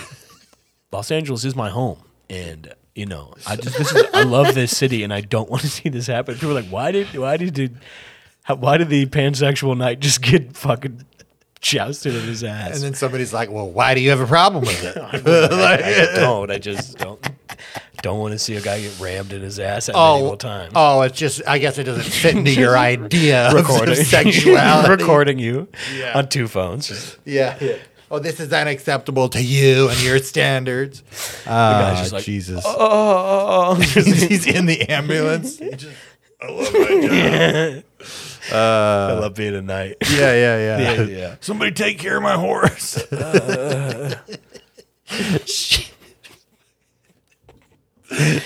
Los Angeles is my home, and you know, I just this is I love this city, and I don't want to see this happen. People are like, why did why did did how, why did the pansexual knight just get fucking jousted in his ass? And then somebody's like, well, why do you have a problem with it? I don't. I just don't. Don't want to see a guy get rammed in his ass at medieval times. oh, it's just, I guess it doesn't fit into your idea of recording sexuality. recording you Yeah. on two phones. Just, Yeah. Oh, this is unacceptable to you and your standards. Ah, guy's just like, Jesus. oh, He's in the ambulance. He just, I love my job. Uh, I love being a knight. Yeah, yeah, yeah. Yeah, yeah. Somebody take care of my horse.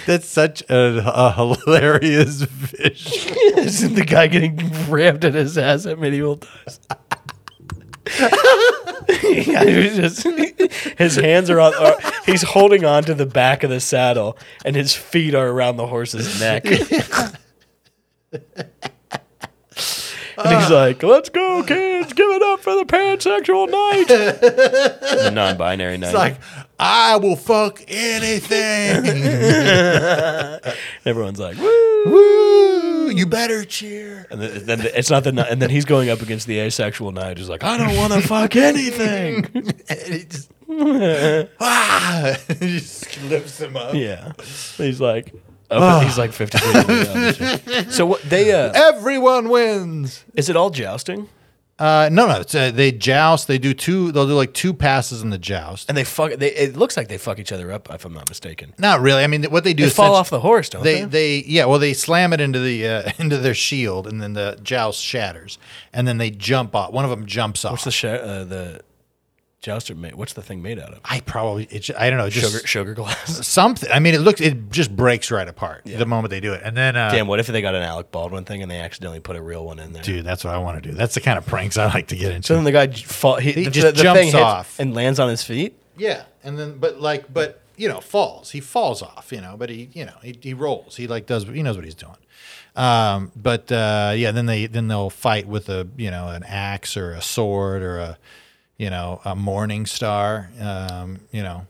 That's such a, a hilarious vision. Isn't the guy getting rammed in his ass at medieval times? Yeah, he was just- his hands are on. Are, he's holding on to the back of the saddle, and his feet are around the horse's neck. and he's like, "Let's go, kids! Give it up for the pansexual knight, the non-binary knight." It's like, I will fuck anything. Everyone's like, "Woo!" Woo! You better cheer. And then, then it's not the ni- and then he's going up against the asexual knight who's like, I don't want to fuck anything. And he just, ah, he just lifts him up. yeah, he's like, up, Oh, he's like fifty. feet away down the street. so what they uh, Everyone wins. is it all jousting? Uh, no, no. It's, uh, they joust. They do two. They'll do like two passes in the joust. And they fuck. They, it looks like they fuck each other up, if I'm not mistaken. Not really. I mean, what they do They is fall off the horse, don't They, they? they, yeah. Well, they slam it into the uh, into their shield, and then the joust shatters, and then they jump off. One of them jumps off. What's the sh- uh, the jouster made? What's the thing made out of? I probably. It, ju- I don't know. Just Sugar sugar glass. something. I mean, it looks. It just breaks right apart the moment they do it, and then. Uh, Damn, what if they got an Alec Baldwin thing and they accidentally put a real one in there? Dude, that's what I want to do. That's the kind of pranks I like to get into. So then the guy j- fall, he, the, just the jumps thing hits off. and lands on his feet. Yeah, and then but like but you know falls. He falls off. You know, but he you know he, he rolls. He like does he knows what he's doing. Um, but uh, yeah, then they then they'll fight with a you know an axe or a sword or a you know a morning star. Um, you know,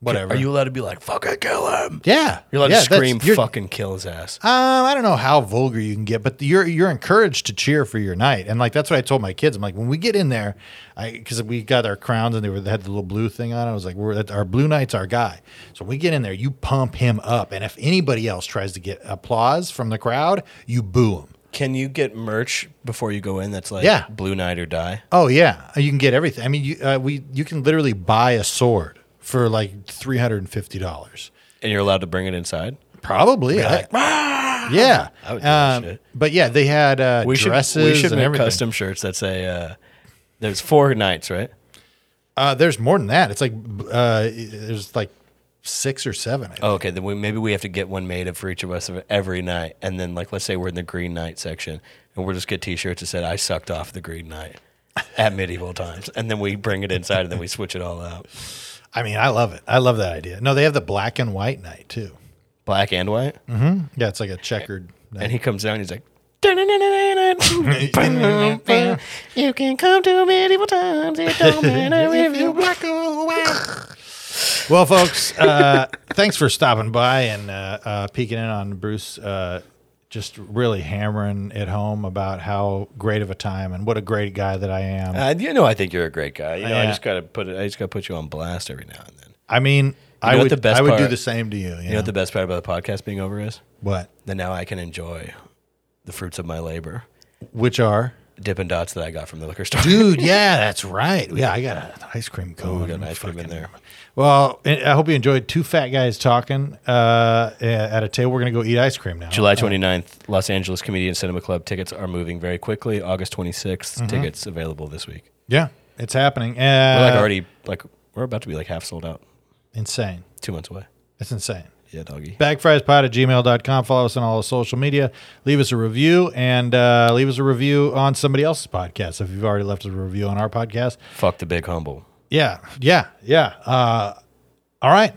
whatever. Are you allowed to be like fucking kill him? Yeah, You're allowed yeah, to that's- scream you're- fucking kill his ass. Um, I don't know how vulgar you can get, but you're you're encouraged to cheer for your knight, and like that's what I told my kids. I'm like, when we get in there, I because we got our crowns and they were they had the little blue thing on. I was like, we're that- our blue knight's our guy. So when we get in there, you pump him up, and if anybody else tries to get applause from the crowd, you boo him. Can you get merch before you go in? That's like Yeah. Blue Knight or Die. Oh yeah, you can get everything. I mean, you uh, we you can literally buy a sword for like three hundred and fifty dollars. And you're allowed to bring it inside. Probably, I- Like, "Ah!" yeah. I would do that Um, shit. But yeah, they had uh, we should dresses we should and make everything. custom shirts that say uh, there's four knights, right? Uh, there's more than that. It's like uh, there's like six or seven. I think. Oh, okay, then we, maybe we have to get one made of for each of us of every night, and then like let's say we're in the Green Knight section, and we'll just get T-shirts that said "I sucked off the Green Knight" at medieval times, and then we bring it inside, and then we switch it all out, I mean, I love it. I love that idea. No, they have the black and white night too. black and white. Yeah, it's like a checkered. Night. And he comes down, and he's like. you can come to medieval times. It don't matter if you black or white. Well, folks, uh, thanks for stopping by and uh, uh, peeking in on Bruce. Uh, just really hammering it home about how great of a time and what a great guy that I am. Uh, you know, I think you're a great guy. You know, I Yeah. just gotta put it. I just gotta put you on blast every now and then. I mean, I know what would the best I would do part- the same to you. You, You know what the best part about the podcast being over is? what? That now I can enjoy the fruits of my labor, Which are? Dippin' Dots that I got from the liquor store. dude. Yeah, that's right. Yeah, I got an ice cream cone. Oh, we got an ice cream in there. Well, I I hope you enjoyed two fat guys talking uh, at a table. We're gonna go eat ice cream now. July 29th, Los Angeles Comedian Cinema Club tickets are moving very quickly. August 26th, tickets available this week. Yeah, it's happening. Uh, We're like already like we're about to be like half sold out. insane. Two months away. It's insane. Yeah, doggy. Bagfriespod at gmail.com. Follow us on all the social media. Leave us a review and uh, leave us a review on somebody else's podcast. If you've already left us a review on our podcast, Fuck the big humble. yeah, yeah, yeah. Uh, all right,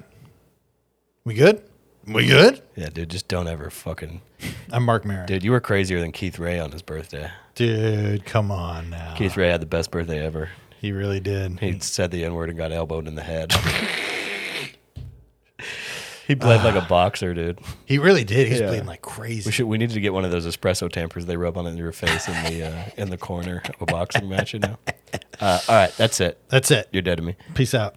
we good? We good? Yeah, dude, just don't ever fucking. I'm Mark Merrick. Dude, you were crazier than Keith Ray on his birthday. Dude, come on now. Keith Ray had the best birthday ever. He really did. He said the N word and got elbowed in the head. he bled like a boxer, dude. He really did. He's Yeah. bleeding like We crazy. should. We need to get one of those espresso tampers they rub on your face in the uh, in the corner of a boxing match. You know. Uh, all right, that's it. That's it. You're dead to me. Peace out.